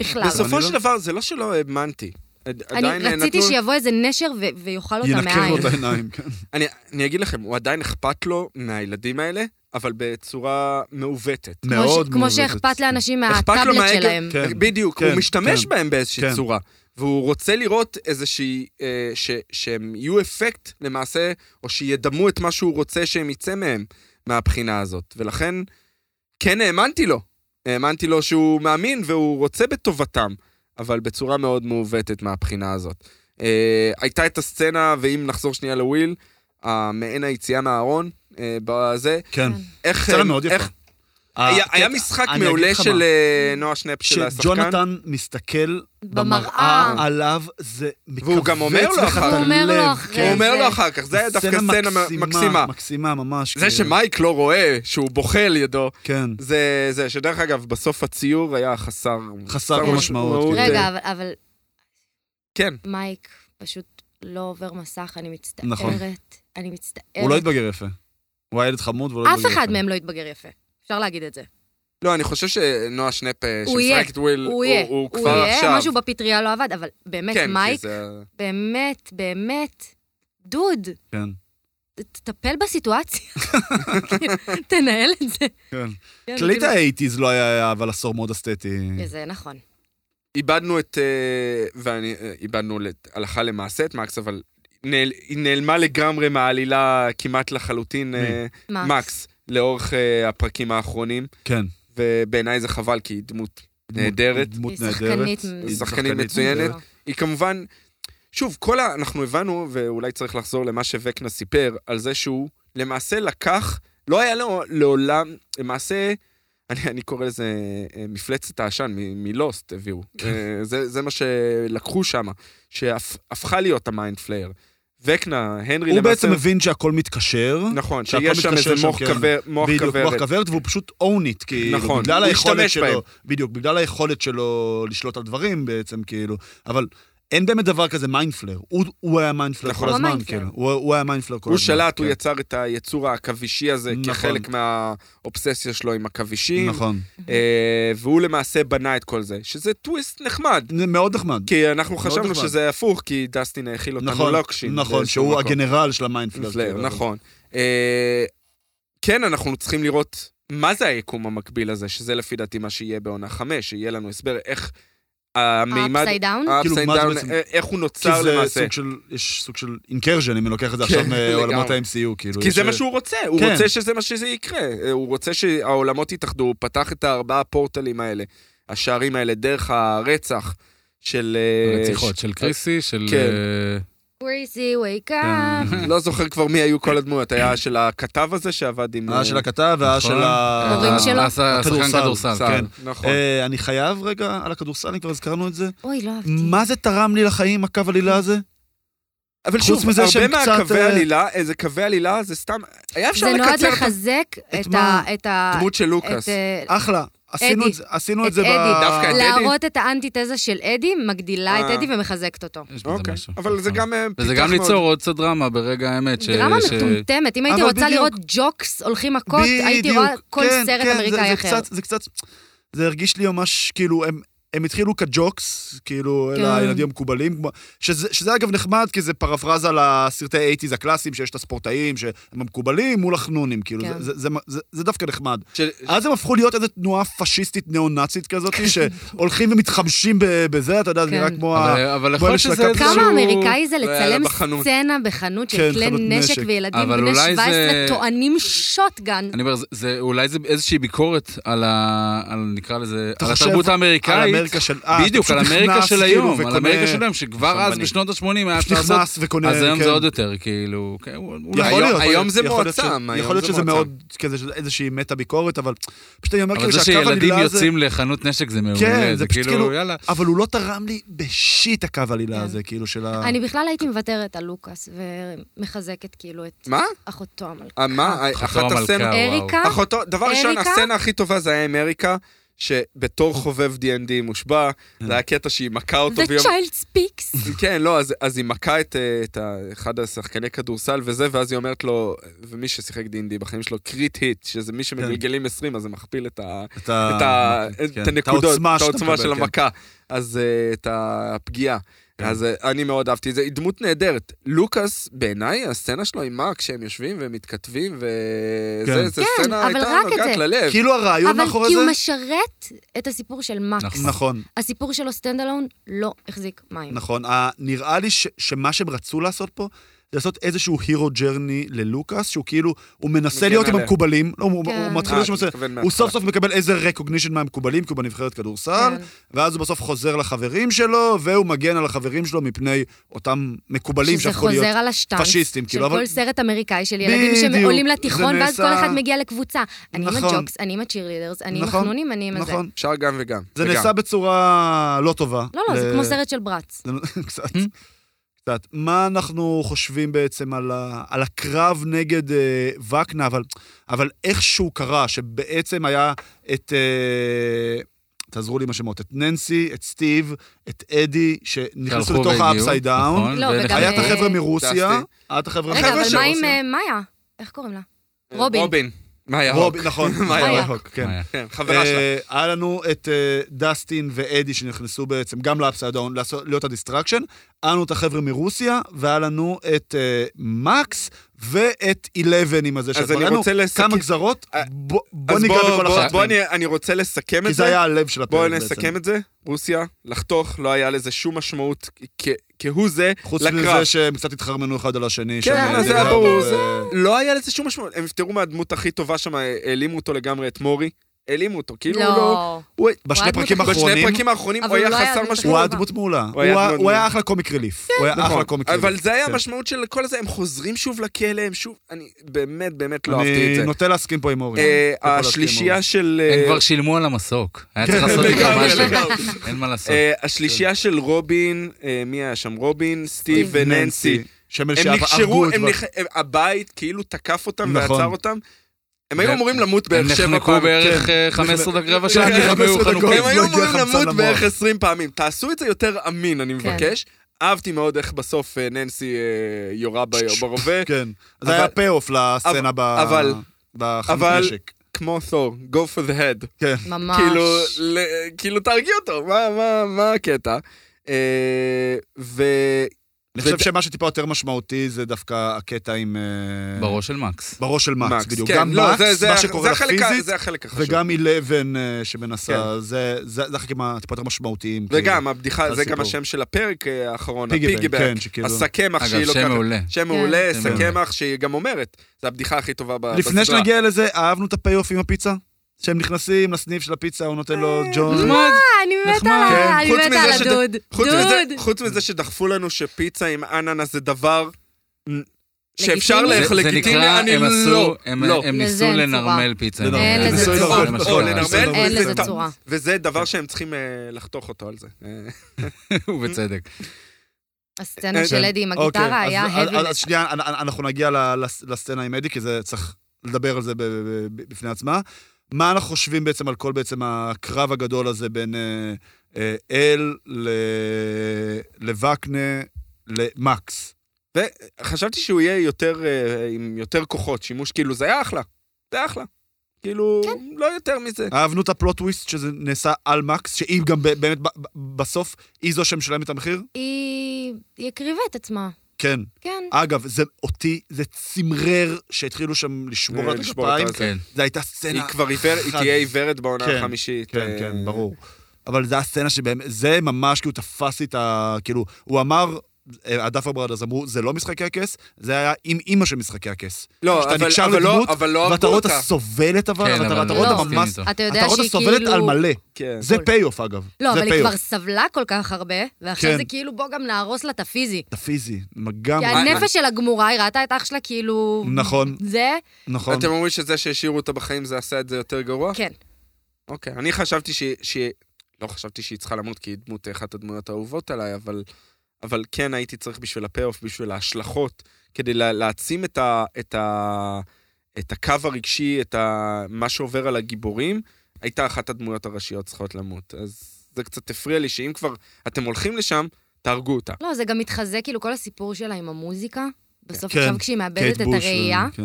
Speaker 4: בכלל לא.
Speaker 1: אני
Speaker 2: בסופו של
Speaker 1: לא-
Speaker 2: דבר, זה לא שלא האמנתי. עד- עדיין אה,
Speaker 4: אני רציתי
Speaker 2: נתנו-
Speaker 4: שיבוא איזה נשר ו- ויאכל אותה
Speaker 1: ינקר לו
Speaker 4: לא מהעין.
Speaker 1: את העיניים, כן.
Speaker 2: אני, אני אגיד לכם, הוא עדיין אכפת לו מהילדים האלה, אבל בצורה מעוותת.
Speaker 4: כמו ש-
Speaker 1: מאוד
Speaker 4: כמו
Speaker 1: מעוותת.
Speaker 4: שאכפת לאנשים
Speaker 2: אכפת לו
Speaker 4: מהטאבלט
Speaker 2: מההגה-
Speaker 4: שלהם.
Speaker 1: כן.
Speaker 2: בדיוק,
Speaker 1: כן,
Speaker 2: הוא משתמש
Speaker 1: כן.
Speaker 2: בהם באיזושהי
Speaker 1: כן.
Speaker 2: צורה. והוא רוצה לראות איזושהי, אה, ש, שהם יהיו אפקט למעשה, או שידמו את מה שהוא רוצה שהם יצא מהם מהבחינה הזאת. ולכן, כן האמנתי לו. האמנתי לו שהוא מאמין והוא רוצה בטובתם, אבל בצורה מאוד מעוותת מהבחינה הזאת. אה, הייתה את הסצנה, ואם נחזור שנייה לוויל, אה, מעין היציאה מהארון, אה, בזה,
Speaker 1: כן.
Speaker 2: איך...
Speaker 1: סצנה
Speaker 2: אה,
Speaker 1: מאוד יפה.
Speaker 2: איך- היה,
Speaker 1: הקטע-
Speaker 2: היה משחק
Speaker 1: אה, אני אגיד
Speaker 2: מעולה
Speaker 1: לך
Speaker 2: של
Speaker 1: מה.
Speaker 2: אה, נועה שנפ של השחקן.
Speaker 1: שג'ונתן מסתכל
Speaker 4: במראה.
Speaker 1: במראה עליו, זה מכווצץ
Speaker 2: והוא גם אומר לו
Speaker 1: לך את
Speaker 2: אחר
Speaker 4: הוא אומר לו
Speaker 1: הלב.
Speaker 4: אחרי
Speaker 2: הוא
Speaker 1: כן.
Speaker 2: אומר
Speaker 4: זה-
Speaker 2: לו אחר כך, זה היה דווקא סצנה מקסימה.
Speaker 1: מקסימה, ממש.
Speaker 2: זה
Speaker 1: כן.
Speaker 2: שמייק לא רואה שהוא בוכה על ידו,
Speaker 1: כן.
Speaker 2: זה, זה שדרך אגב, בסוף הציור היה חסר...
Speaker 1: חסר משמעות, כן.
Speaker 4: רגע, אבל- אבל
Speaker 2: כן,
Speaker 4: מייק פשוט לא עובר מסך, אני מצטערת.
Speaker 1: נכון.
Speaker 4: אני מצטערת.
Speaker 1: הוא לא התבגר יפה. הוא היה ילד חמוד והוא לא
Speaker 4: אה, אף
Speaker 1: התבגר יפה.
Speaker 4: אחד מהם לא התבגר יפה. אפשר להגיד את זה.
Speaker 2: לא, אני חושב שנועה שנפ, אה,
Speaker 4: הוא יהיה,
Speaker 2: שמשחקת וויל,
Speaker 4: הוא יהיה,
Speaker 2: הוא
Speaker 4: הוא
Speaker 2: כבר עכשיו...
Speaker 4: יהיה, משהו בפטריה לא עבד, אבל באמת,
Speaker 2: כן, כי
Speaker 4: מייק,
Speaker 2: זה-
Speaker 4: באמת, באמת, דוד,
Speaker 1: כן.
Speaker 4: ת- תטפל בסיטואציה. תנהל את זה.
Speaker 1: כן.
Speaker 4: כן,
Speaker 1: כללית
Speaker 4: כאילו-
Speaker 1: האייטיז לא היה, אבל עשור מאוד אסתטי.
Speaker 4: זה נכון.
Speaker 2: איבדנו את... אה, ואני... אה, איבדנו לת- הלכה למעשה את מקס, אבל נעל- היא נעלמה לגמרי מהעלילה כמעט לחלוטין, אה,
Speaker 4: מה?
Speaker 2: מקס, לאורך אה, הפרקים האחרונים,
Speaker 1: כן.
Speaker 2: ובעיניי זה חבל, כי היא דמות נהדרת.
Speaker 1: דמות
Speaker 4: היא
Speaker 1: נהדרת.
Speaker 4: שחקנית
Speaker 2: היא שחקנית
Speaker 1: שחקנית
Speaker 2: מצוינת.
Speaker 1: נהדרת.
Speaker 2: היא כמובן, שוב, כל ה... אנחנו הבנו, ואולי צריך לחזור למה שווקנה סיפר, על זה שהוא למעשה לקח, לא היה לו לעולם, למעשה, אני, אני קורא לזה אה, מפלצת העשן, מ- מלוסט הביאו.
Speaker 1: כן.
Speaker 2: אה, זה, זה מה שלקחו שם, שהפכה להיות המיינד פלייר. וקנה, הנרי
Speaker 1: הוא
Speaker 2: למעשה...
Speaker 1: בעצם מבין שהכל מתקשר.
Speaker 2: נכון,
Speaker 1: שהכל
Speaker 2: שיש שם
Speaker 1: מתקשר
Speaker 2: איזה
Speaker 1: שם,
Speaker 2: מוח
Speaker 1: כן.
Speaker 2: כבר- מוח
Speaker 1: בדיוק, מוח
Speaker 2: כוורת.
Speaker 1: כוורת, והוא פשוט own it, כאילו,
Speaker 2: נכון,
Speaker 1: בגלל
Speaker 2: הוא
Speaker 1: היכולת
Speaker 2: השתמש
Speaker 1: שלו,
Speaker 2: בהם.
Speaker 1: בדיוק, בגלל היכולת שלו לשלוט על דברים בעצם, כאילו, אבל אין באמת דבר כזה מיינדפלר, הוא, הוא היה מיינדפלר
Speaker 2: נכון.
Speaker 1: כל
Speaker 4: הוא
Speaker 1: הזמן,
Speaker 4: המיינד פלייר.
Speaker 1: כאילו, הוא, הוא היה מיינדפלר כל
Speaker 2: הוא
Speaker 1: הזמן.
Speaker 2: שלט, הוא
Speaker 1: כן.
Speaker 2: יצר את היצור העכבישי הזה,
Speaker 1: נכון.
Speaker 2: כחלק מהאובססיה שלו עם עכבישים.
Speaker 1: נכון,
Speaker 2: אה, והוא למעשה בנה את כל זה, שזה טוויסט נחמד.
Speaker 1: זה מאוד נחמד.
Speaker 2: כי אנחנו חשבנו
Speaker 1: נחמד.
Speaker 2: שזה הפוך, כי דסטין האכיל אותנו
Speaker 1: נכון,
Speaker 2: לוקשין.
Speaker 1: נכון,
Speaker 2: באיזשהו
Speaker 1: שהוא
Speaker 2: מקום.
Speaker 1: הגנרל של המיינדפלר.
Speaker 2: פלר,
Speaker 1: כאילו,
Speaker 2: נכון. אה, כן, אנחנו צריכים לראות מה זה היקום המקביל הזה, שזה לפי דעתי מה שיהיה בעונה חמש, שיהיה לנו הסבר איך המימד...
Speaker 4: האפסייד דאון?
Speaker 1: כאילו,
Speaker 2: האפסייד
Speaker 1: מה זה
Speaker 2: דאון,
Speaker 1: בעצם?
Speaker 2: איך הוא
Speaker 1: כי
Speaker 2: נוצר
Speaker 1: זה
Speaker 2: למעשה.
Speaker 1: סוג של, יש סוג של אינקרז'ן, אם אני לוקח את זה
Speaker 2: כן,
Speaker 1: עכשיו אה, מעולמות
Speaker 2: לגמרי.
Speaker 1: ה-MCU, כאילו.
Speaker 2: כי
Speaker 1: יש-
Speaker 2: זה מה שהוא רוצה, הוא
Speaker 1: כן.
Speaker 2: רוצה שזה מה שזה יקרה. אה, הוא רוצה שהעולמות יתאחדו, הוא פתח את הארבעה הפורטלים האלה, השערים האלה, דרך הרצח של... אה,
Speaker 3: רציחות של קריסי, של...
Speaker 2: כן.
Speaker 3: אה,
Speaker 4: קריסי, wake up.
Speaker 2: לא זוכר כבר מי היו כל הדמויות, היה של הכתב הזה שעבד עם...
Speaker 1: אה, של הכתב והאה
Speaker 3: נכון.
Speaker 1: של ה...
Speaker 4: ההורים שלו.
Speaker 3: אה, השחקן כדורסל,
Speaker 2: סער,
Speaker 3: כן.
Speaker 2: נכון.
Speaker 1: אה, אני חייב רגע, על הכדורסל, אם כבר הזכרנו את זה.
Speaker 4: אוי, לא אהבתי.
Speaker 1: מה זה תרם לי לחיים, הקו עלילה הזה?
Speaker 2: אבל
Speaker 1: חוץ
Speaker 2: שוב,
Speaker 1: מזה
Speaker 2: הרבה
Speaker 1: שהם קצת,
Speaker 2: מהקווי
Speaker 1: אה,
Speaker 2: עלילה, איזה קווי עלילה, זה סתם... היה אפשר
Speaker 4: זה נועד
Speaker 2: לקצר את
Speaker 4: לחזק את
Speaker 1: מה?
Speaker 4: ה... את ה...
Speaker 2: הדמות של לוקאס.
Speaker 4: את, אה,
Speaker 1: אחלה, עשינו
Speaker 4: אדי.
Speaker 1: את זה- עשינו את
Speaker 4: את
Speaker 1: זה ב...
Speaker 4: אדי.
Speaker 2: דווקא את אדי?
Speaker 4: להראות את האנטיתזה של אדי, מגדילה את
Speaker 2: אה.
Speaker 4: אדי ומחזקת אותו.
Speaker 3: כן. יש בזה
Speaker 2: אוקיי,
Speaker 3: משהו.
Speaker 2: אבל זה
Speaker 3: נכון.
Speaker 2: גם... אה,
Speaker 3: וזה
Speaker 2: פיתח
Speaker 3: גם
Speaker 2: מאוד-
Speaker 3: ליצור עוד קצת דרמה ברגע האמת. ש-
Speaker 4: דרמה
Speaker 3: ש-
Speaker 4: מטומטמת. אם הייתי
Speaker 1: אבל
Speaker 4: רוצה
Speaker 1: בדיוק.
Speaker 4: לראות ג'וקס הולכים מכות, הייתי
Speaker 1: בדיוק,
Speaker 4: רואה כל
Speaker 1: כן,
Speaker 4: סרט
Speaker 1: כן, זה-
Speaker 4: אמריקאי
Speaker 1: זה
Speaker 4: אחר.
Speaker 1: קצת- זה קצת... זה הרגיש לי ממש, כאילו, הם... הם התחילו כג'וקס, כאילו,
Speaker 4: כן.
Speaker 1: אלה הילדים המקובלים, כמו- שזה, שזה אגב נחמד, כי זה פרפרזה לסרטי אייטיז הקלאסיים, שיש את הספורטאים, שהם המקובלים מול החנונים, כאילו,
Speaker 4: כן.
Speaker 1: זה, זה, זה, זה, זה דווקא נחמד.
Speaker 2: של-
Speaker 1: אז הם הפכו להיות איזו תנועה פשיסטית ניאו-נאצית כזאת, שהולכים ומתחמשים ב- בזה, אתה יודע, זה
Speaker 4: כן.
Speaker 1: נראה כמו ה...
Speaker 3: אבל אבל יכול להיות
Speaker 1: נשלח
Speaker 3: שזה...
Speaker 1: את זה.
Speaker 3: איזשהו-
Speaker 4: כמה אמריקאי זה
Speaker 2: לא היה לה
Speaker 4: לצלם
Speaker 2: בחנות.
Speaker 4: סצנה בחנות
Speaker 1: כן,
Speaker 4: של כלי
Speaker 1: חנות
Speaker 4: נשק
Speaker 1: נשק.
Speaker 4: וילדים
Speaker 3: אבל
Speaker 4: בני
Speaker 3: אולי
Speaker 4: 17
Speaker 3: זה-
Speaker 4: טוענים שוטגן.
Speaker 3: אני אומר, זה- זה אולי זה איזושהי ביקורת על ה... על- נקרא לזה... על
Speaker 1: חושב
Speaker 3: התרבות
Speaker 1: על
Speaker 3: האמריקאית.
Speaker 1: אמריקה של... אה, אתה
Speaker 3: בדיוק,
Speaker 1: פשוט
Speaker 3: על אמריקה
Speaker 1: נכנס,
Speaker 3: של
Speaker 1: כאילו,
Speaker 3: היום, על
Speaker 1: וקונה-
Speaker 3: אמריקה של היום, שכבר אז
Speaker 1: אני-
Speaker 3: בשנות ה-80 היה
Speaker 1: פשוט
Speaker 3: אפשר לעשות,
Speaker 1: נכנס וקונה...
Speaker 3: אז היום
Speaker 1: כן.
Speaker 3: זה עוד יותר, כאילו, כן, אולי...
Speaker 1: יכול להיות.
Speaker 2: היום
Speaker 1: יכול
Speaker 2: זה
Speaker 1: להיות
Speaker 2: מועצם,
Speaker 1: ש-
Speaker 2: היום
Speaker 1: יכול להיות
Speaker 2: זה
Speaker 1: שזה
Speaker 2: מועצם.
Speaker 1: מאוד כזה, שזה איזושהי מטה ביקורת, אבל פשוט אני אומר
Speaker 3: אבל
Speaker 1: כאילו
Speaker 3: זה
Speaker 1: שהקו
Speaker 3: שילדים
Speaker 1: העלילה הזה...
Speaker 3: יוצאים לחנות נשק זה מעולה,
Speaker 1: כן,
Speaker 3: זה
Speaker 1: זה פשוט
Speaker 3: כאילו,
Speaker 1: כאילו...
Speaker 3: יאללה.
Speaker 1: אבל הוא לא תרם לי בשיט הקו העלילה
Speaker 4: כן.
Speaker 1: הזה, כאילו של
Speaker 2: לא-
Speaker 1: ה...
Speaker 4: אני בכלל הייתי מוותרת על לוקאס ומחזקת כאילו את
Speaker 2: מה?
Speaker 4: אחותו המלכה.
Speaker 2: אה, מה? אחת
Speaker 3: המלכה,
Speaker 2: הסצנה...
Speaker 3: וואו.
Speaker 4: אריקה?
Speaker 2: אחותו, דבר ראשון,
Speaker 4: אמריקה?
Speaker 2: הסצנה הכי טובה זה היה עם אריקה, שבתור חובב D&D מושבע, זה היה קטע שהיא מכה אותו
Speaker 4: The child speaks.
Speaker 2: כן, לא, אז, אז היא מכה את, אה, את ה- אחד השחקני כדורסל וזה, ואז היא אומרת לו, ומי ששיחק D&D בחיים שלו, קריט היט, שזה מי שמגלגלים 20, אז זה מכפיל את, ה,
Speaker 1: את ה-
Speaker 2: את, ה,
Speaker 1: כן,
Speaker 2: את הנקודות,
Speaker 1: העוצמה שאתה מקבל,
Speaker 2: של
Speaker 1: כן.
Speaker 2: המכה, אז אה, את הפגיעה. אז אה, אני מאוד אהבתי את זה, היא דמות נהדרת. לוקאס, בעיניי, הסצנה שלו עם מרק, כשהם יושבים ומתכתבים, וזה,
Speaker 1: כן.
Speaker 2: זה
Speaker 4: כן,
Speaker 2: סצנה
Speaker 4: אבל
Speaker 2: הייתה
Speaker 4: רק את
Speaker 2: נוגעת
Speaker 4: זה.
Speaker 2: ללב.
Speaker 1: כאילו הרעיון
Speaker 4: אבל
Speaker 1: מאחורי
Speaker 4: כי
Speaker 1: זה...
Speaker 4: הוא משרת את הסיפור של מקס.
Speaker 3: נכון.
Speaker 1: נכון,
Speaker 4: הסיפור שלו סטנד אלון לא החזיק מים.
Speaker 1: נכון. ה- נראה לי ש- שמה שהם רצו לעשות פה, זה לעשות איזשהו הירו ג'רני ללוקאס, שהוא כאילו, הוא מנסה
Speaker 2: מגן
Speaker 1: להיות עם
Speaker 2: עליה.
Speaker 1: המקובלים, לא, הוא
Speaker 4: כן.
Speaker 1: הוא
Speaker 2: אה,
Speaker 1: מתחיל
Speaker 2: אתה
Speaker 1: לשמוע הוא
Speaker 2: מתכוון מההתחלה.
Speaker 1: סוף סוף מקבל איזה רקוגנישן מהמקובלים, כי הוא בנבחרת כדורסל,
Speaker 4: כן.
Speaker 1: ואז הוא בסוף חוזר לחברים שלו, והוא מגן על החברים שלו מפני אותם מקובלים
Speaker 4: שזה
Speaker 1: שהפכו
Speaker 4: חוזר
Speaker 1: להיות...
Speaker 4: על השטאנץ
Speaker 1: פשיסטים,
Speaker 4: של
Speaker 1: כאילו,
Speaker 4: כל
Speaker 1: אבל-
Speaker 4: סרט אמריקאי של ילדים
Speaker 1: בדיוק,
Speaker 4: שעולים
Speaker 1: זה
Speaker 4: לתיכון, ואז
Speaker 1: נעשה-
Speaker 4: כל אחד מגיע לקבוצה. אני עם
Speaker 1: נכון.
Speaker 4: הג'וקס, אני עם הצ'ירלידרס, אני עם
Speaker 1: נכון,
Speaker 4: החנונים, אני עם הזה.
Speaker 1: נכון.
Speaker 2: אפשר גם וגם.
Speaker 1: זה
Speaker 2: וגם.
Speaker 1: נעשה בצורה לא טובה.
Speaker 4: לא, לא, זה
Speaker 1: ל-
Speaker 4: כמו סרט של ברץ.
Speaker 1: זה- קצת.
Speaker 3: Hmm?
Speaker 1: קצת. מה אנחנו חושבים בעצם על, ה, על הקרב נגד אה, וקנה, אבל, אבל איך שהוא קרה, שבעצם היה את... אה, תעזרו לי עם השמות, את ננסי, את סטיב, את אדי, שנכנסו
Speaker 3: שהלכו
Speaker 1: לתוך
Speaker 3: והגיעו,
Speaker 1: האפסייד דאון.
Speaker 3: נכון,
Speaker 4: לא,
Speaker 3: ואלה
Speaker 4: וגם,
Speaker 1: היה את
Speaker 4: אה,
Speaker 1: החבר'ה מרוסיה,
Speaker 2: טסתי.
Speaker 1: היה את החבר'ה
Speaker 4: רגע,
Speaker 1: החבר'ה
Speaker 4: אבל
Speaker 1: של
Speaker 4: מה עם
Speaker 1: רוסיה.
Speaker 4: אה, מאיה? איך קוראים לה? רובין.
Speaker 2: אה, רובין.
Speaker 4: אה,
Speaker 2: מאיה הוק.
Speaker 1: רובי, נכון,
Speaker 2: מאיה
Speaker 1: מאיה
Speaker 4: הוק.
Speaker 1: הוק, כן.
Speaker 3: מה היה?
Speaker 2: כן, חברה שלה.
Speaker 1: אה, היה לנו את אה, דסטין ואדי שנכנסו בעצם גם לאפסייד דאון, לעשות- להיות הדיסטרקשן. היה לנו את החבר'ה מרוסיה, והיה לנו את אה, מקס ואת 11 עם הזה
Speaker 2: אז אני
Speaker 1: היה לנו
Speaker 2: רוצה לסכם...
Speaker 1: כמה גזרות,
Speaker 2: אה,
Speaker 1: בוא- בוא
Speaker 2: אז
Speaker 1: ניגע
Speaker 2: בוא-
Speaker 1: בכל
Speaker 2: בוא-
Speaker 1: אחת.
Speaker 2: בוא,
Speaker 1: מהן.
Speaker 2: אני- אני רוצה לסכם
Speaker 1: כי
Speaker 2: את
Speaker 1: זה
Speaker 2: זה.
Speaker 1: היה כן, הלב של הפרק
Speaker 2: בואו
Speaker 1: בעצם.
Speaker 2: נסכם את זה. רוסיה, לחתוך, לא היה לזה שום משמעות כ- כהוא זה
Speaker 1: חוץ
Speaker 2: לקרב.
Speaker 1: מזה שהם קצת התחרמנו אחד על השני.
Speaker 2: כן,
Speaker 1: שם,
Speaker 2: אבל זה
Speaker 1: אה,
Speaker 2: היה ברור,
Speaker 1: אה,
Speaker 2: זה- לא היה לזה שום משמעות. הם נפטרו מהדמות הכי טובה שם, העלימו אותו לגמרי, את מורי. העלימו אותו, כאילו הוא לא...
Speaker 4: לא.
Speaker 2: הוא-
Speaker 1: בשני
Speaker 4: הוא היה
Speaker 1: פרקים
Speaker 4: דמות-
Speaker 2: בשני
Speaker 1: האחרונים,
Speaker 2: הפרקים האחרונים
Speaker 4: אבל
Speaker 2: הוא היה
Speaker 4: הוא לא היה
Speaker 2: חסר
Speaker 4: דמות
Speaker 1: הוא
Speaker 2: משמעות.
Speaker 1: היה דמות מעולה.
Speaker 2: הוא היה
Speaker 1: הוא היה-
Speaker 2: דמות
Speaker 1: הוא היה
Speaker 2: מעולה.
Speaker 1: אחלה קומיק רליף. הוא היה
Speaker 2: נכון,
Speaker 1: אחלה קומיק רליף.
Speaker 2: אבל זה היה
Speaker 1: כן.
Speaker 2: המשמעות של כל הזה, הם חוזרים שוב לכלא, הם שוב... אני באמת, באמת לא אהבתי את
Speaker 1: אני
Speaker 2: זה.
Speaker 1: נוטה להסכים פה עם אורי.
Speaker 2: אה,
Speaker 1: יכול להסכים,
Speaker 2: השלישייה
Speaker 1: אורי.
Speaker 2: של...
Speaker 3: הם
Speaker 2: אה,
Speaker 3: כבר שילמו על המסוק.
Speaker 1: כן,
Speaker 3: היה צריך לעשות איתו
Speaker 2: לגמרי,
Speaker 3: משהו.
Speaker 2: לגמרי.
Speaker 3: אין מה לעשות.
Speaker 2: אה, השלישייה של רובין, אה, מי היה שם? רובין, סטיב
Speaker 4: סטיב.
Speaker 2: וננסי.
Speaker 1: שמל
Speaker 2: הם
Speaker 1: שאהב,
Speaker 2: נקשרו,
Speaker 1: הרגו את
Speaker 2: הם
Speaker 1: ו-
Speaker 2: נכ- הם- הבית כאילו תקף אותם
Speaker 1: נכון.
Speaker 2: ועצר אותם. הם היו
Speaker 3: הם-
Speaker 2: אמורים למות
Speaker 3: הם
Speaker 2: בערך שבע
Speaker 3: נחנקו
Speaker 2: פעמים.
Speaker 3: בערך
Speaker 1: כן.
Speaker 3: אה, 15 דקות רבע שעה,
Speaker 2: כן,
Speaker 3: הם היו
Speaker 1: 15
Speaker 3: חנוקים.
Speaker 2: הם
Speaker 1: דקות.
Speaker 2: היו
Speaker 1: לא הגיע
Speaker 2: אמורים
Speaker 1: חמצן
Speaker 2: למות
Speaker 1: למוח.
Speaker 2: בערך 20 פעמים. תעשו את זה יותר אמין, אני מבקש. אהבתי מאוד איך בסוף אה, ננסי אה, יורה ב- ברובה.
Speaker 1: כן.
Speaker 2: אבל-
Speaker 1: זה היה פי-אוף לסצנה ב...
Speaker 2: אבל-
Speaker 1: בחנות
Speaker 2: אבל-
Speaker 1: נשק.
Speaker 2: כמו תור, go for the head.
Speaker 1: כן.
Speaker 4: ממש.
Speaker 2: כאילו, ל- כאילו תרגיע אותו, מה- מה- מה הקטע? אה, ו-
Speaker 1: אני חושב
Speaker 2: וד-
Speaker 1: שמה שטיפה יותר משמעותי זה דווקא הקטע עם... אה,
Speaker 3: בראש של מקס.
Speaker 1: בראש של מקס, בדיוק.
Speaker 2: כן,
Speaker 1: גם
Speaker 2: לא,
Speaker 1: מקס,
Speaker 2: זה- זה
Speaker 1: מה
Speaker 2: הח- זה
Speaker 1: שקורה לה
Speaker 2: החלק ה-
Speaker 1: פיזית,
Speaker 2: זה החלק החשוב.
Speaker 1: וגם אילבן אה, שמנסה,
Speaker 2: כן.
Speaker 1: זה זה- זה החלקים הטיפה יותר משמעותיים. כאילו.
Speaker 2: וגם הבדיחה, זה
Speaker 1: הסיפור.
Speaker 2: גם השם של הפרק אה, האחרון,
Speaker 1: פיגי בנק,
Speaker 2: הפיגיבק.
Speaker 1: כן, שכאילו-
Speaker 2: הסקמח שהיא
Speaker 3: אגב,
Speaker 2: לוקחת.
Speaker 3: שם מעולה.
Speaker 2: שם מעולה,
Speaker 3: שם
Speaker 2: סקמח שהיא גם אומרת. זו הבדיחה הכי טובה ב- בסדרה.
Speaker 1: לפני שנגיע לזה, אהבנו את הפי-אוף עם הפיצה? שהם נכנסים לסניף של הפיצה, הוא נותן לו ג'ון.
Speaker 3: נחמד.
Speaker 4: אה, אני מתה
Speaker 3: נחמד.
Speaker 4: על
Speaker 1: כן,
Speaker 4: ה- אני
Speaker 2: חוץ
Speaker 4: מתה
Speaker 2: מזה
Speaker 4: על
Speaker 2: שזה-
Speaker 4: הדוד.
Speaker 2: חוץ מזה-
Speaker 4: דוד.
Speaker 2: חוץ מזה שדחפו לנו שפיצה עם אננס זה דבר נ- שאפשר
Speaker 4: לגיטימי?
Speaker 2: לאכול
Speaker 3: זה- זה
Speaker 2: לגיטימי,
Speaker 3: נקרא,
Speaker 2: אני
Speaker 3: הם
Speaker 2: לא,
Speaker 3: עשו, הם-
Speaker 2: לא.
Speaker 3: הם
Speaker 4: לזה
Speaker 3: ניסו
Speaker 4: אין
Speaker 3: לנרמל
Speaker 4: צורה.
Speaker 3: פיצה.
Speaker 1: לנרמל.
Speaker 4: אין לזה
Speaker 3: אה, זה אה,
Speaker 2: או-
Speaker 4: צורה.
Speaker 3: זה מה שקרה.
Speaker 2: או לנרמל,
Speaker 4: אין
Speaker 2: וזה
Speaker 4: לזה
Speaker 2: ת-
Speaker 4: צורה.
Speaker 2: וזה דבר שהם צריכים אה, לחתוך אותו על זה. אה,
Speaker 3: ובצדק.
Speaker 4: הסצנה
Speaker 2: אה,
Speaker 4: של
Speaker 1: כן.
Speaker 4: אדי עם
Speaker 1: אוקיי,
Speaker 4: הגיטרה
Speaker 1: אז-
Speaker 4: היה
Speaker 1: אז-
Speaker 4: heavy.
Speaker 1: אז שנייה, אנ- אנ- אנחנו נגיע ל- לס- לסצנה עם אדי, כי זה צריך לדבר על זה ב- ב- ב- בפני עצמה. מה אנחנו חושבים בעצם על כל בעצם הקרב הגדול הזה בין אה, אה, אל ל- לווקנה למקס?
Speaker 2: חשבתי שהוא יהיה יותר, אה, עם יותר כוחות, שימוש כאילו, זה היה אחלה. זה היה אחלה. כאילו,
Speaker 3: כן.
Speaker 2: לא יותר מזה.
Speaker 1: אהבנו את הפלוט טוויסט שזה נעשה על מקס, שהיא גם ב- באמת ב- ב- בסוף היא זו שמשלמת את המחיר?
Speaker 4: היא היא הקריבה את עצמה.
Speaker 1: כן.
Speaker 4: כן.
Speaker 1: אגב, זה אותי, זה צמרר שהתחילו שם לשבור
Speaker 2: אה,
Speaker 1: על
Speaker 2: לשבור את
Speaker 1: הכפיים.
Speaker 2: הזה.
Speaker 3: כן.
Speaker 1: זו הייתה סצנה...
Speaker 2: היא כבר עיוורת, היא
Speaker 1: חד-
Speaker 2: תהיה עיוורת בעונה
Speaker 1: כן,
Speaker 2: החמישית.
Speaker 1: כן,
Speaker 2: אה,
Speaker 1: כן, ברור. אבל זו הסצנה שבאמת, זה ממש כאילו תפס לי את ה... כאילו, הוא אמר, אה, הדאפר בראדרס אמרו, זה לא משחקי הכס, זה היה עם אימא של משחקי הכס.
Speaker 2: לא,
Speaker 1: שאתה
Speaker 2: אבל-
Speaker 1: נקשר
Speaker 2: אבל לא,
Speaker 1: לדמות,
Speaker 2: אבל לא
Speaker 1: ואתה
Speaker 2: הרגו
Speaker 1: רואה
Speaker 2: אותה.
Speaker 1: אותה סובלת אבל,
Speaker 3: כן,
Speaker 1: ואתה-
Speaker 3: אבל
Speaker 1: ואתה
Speaker 3: לא
Speaker 1: רואה אותה
Speaker 3: מסכים
Speaker 1: ממש...
Speaker 3: איתו.
Speaker 4: אתה יודע
Speaker 1: אה, אתה רואה אותה
Speaker 4: שהיא
Speaker 1: סובלת על
Speaker 4: כאילו...
Speaker 1: מלא.
Speaker 2: כן.
Speaker 1: זה פי-אוף אגב.
Speaker 4: לא,
Speaker 1: זה
Speaker 4: אבל היא
Speaker 1: payoff.
Speaker 4: כבר סבלה כל כך הרבה, ועכשיו
Speaker 1: כן.
Speaker 4: זה כאילו בוא גם נהרוס לה את הפיזי.
Speaker 1: אתה פיזי, גם...
Speaker 4: כי הנפש שלה גמורה, היא ראתה את אח שלה כאילו...
Speaker 1: נכון,
Speaker 4: זה,
Speaker 1: נכון.
Speaker 2: אתם אומרים שזה שהשאירו אותה בחיים זה עשה את זה יותר גרוע?
Speaker 4: כן.
Speaker 2: אוקיי. אני חשבתי ש... ש- לא חשבתי שהיא צריכה למות, כי היא דמות, אחת הדמויות האהובות עליי, אבל... אבל כן הייתי צריך בשביל הפי-אוף, בשביל ההשלכות, כדי לה, להעצים את, ה, את, ה, את הקו הרגשי, את ה, מה שעובר על הגיבורים, הייתה אחת הדמויות הראשיות צריכות למות. אז זה קצת הפריע לי, שאם כבר אתם הולכים לשם, תהרגו אותה.
Speaker 4: לא, זה גם מתחזק, כאילו, כל הסיפור שלה עם המוזיקה. בסוף
Speaker 1: כן.
Speaker 4: עכשיו כשהיא מאבדת את הראייה,
Speaker 1: כן.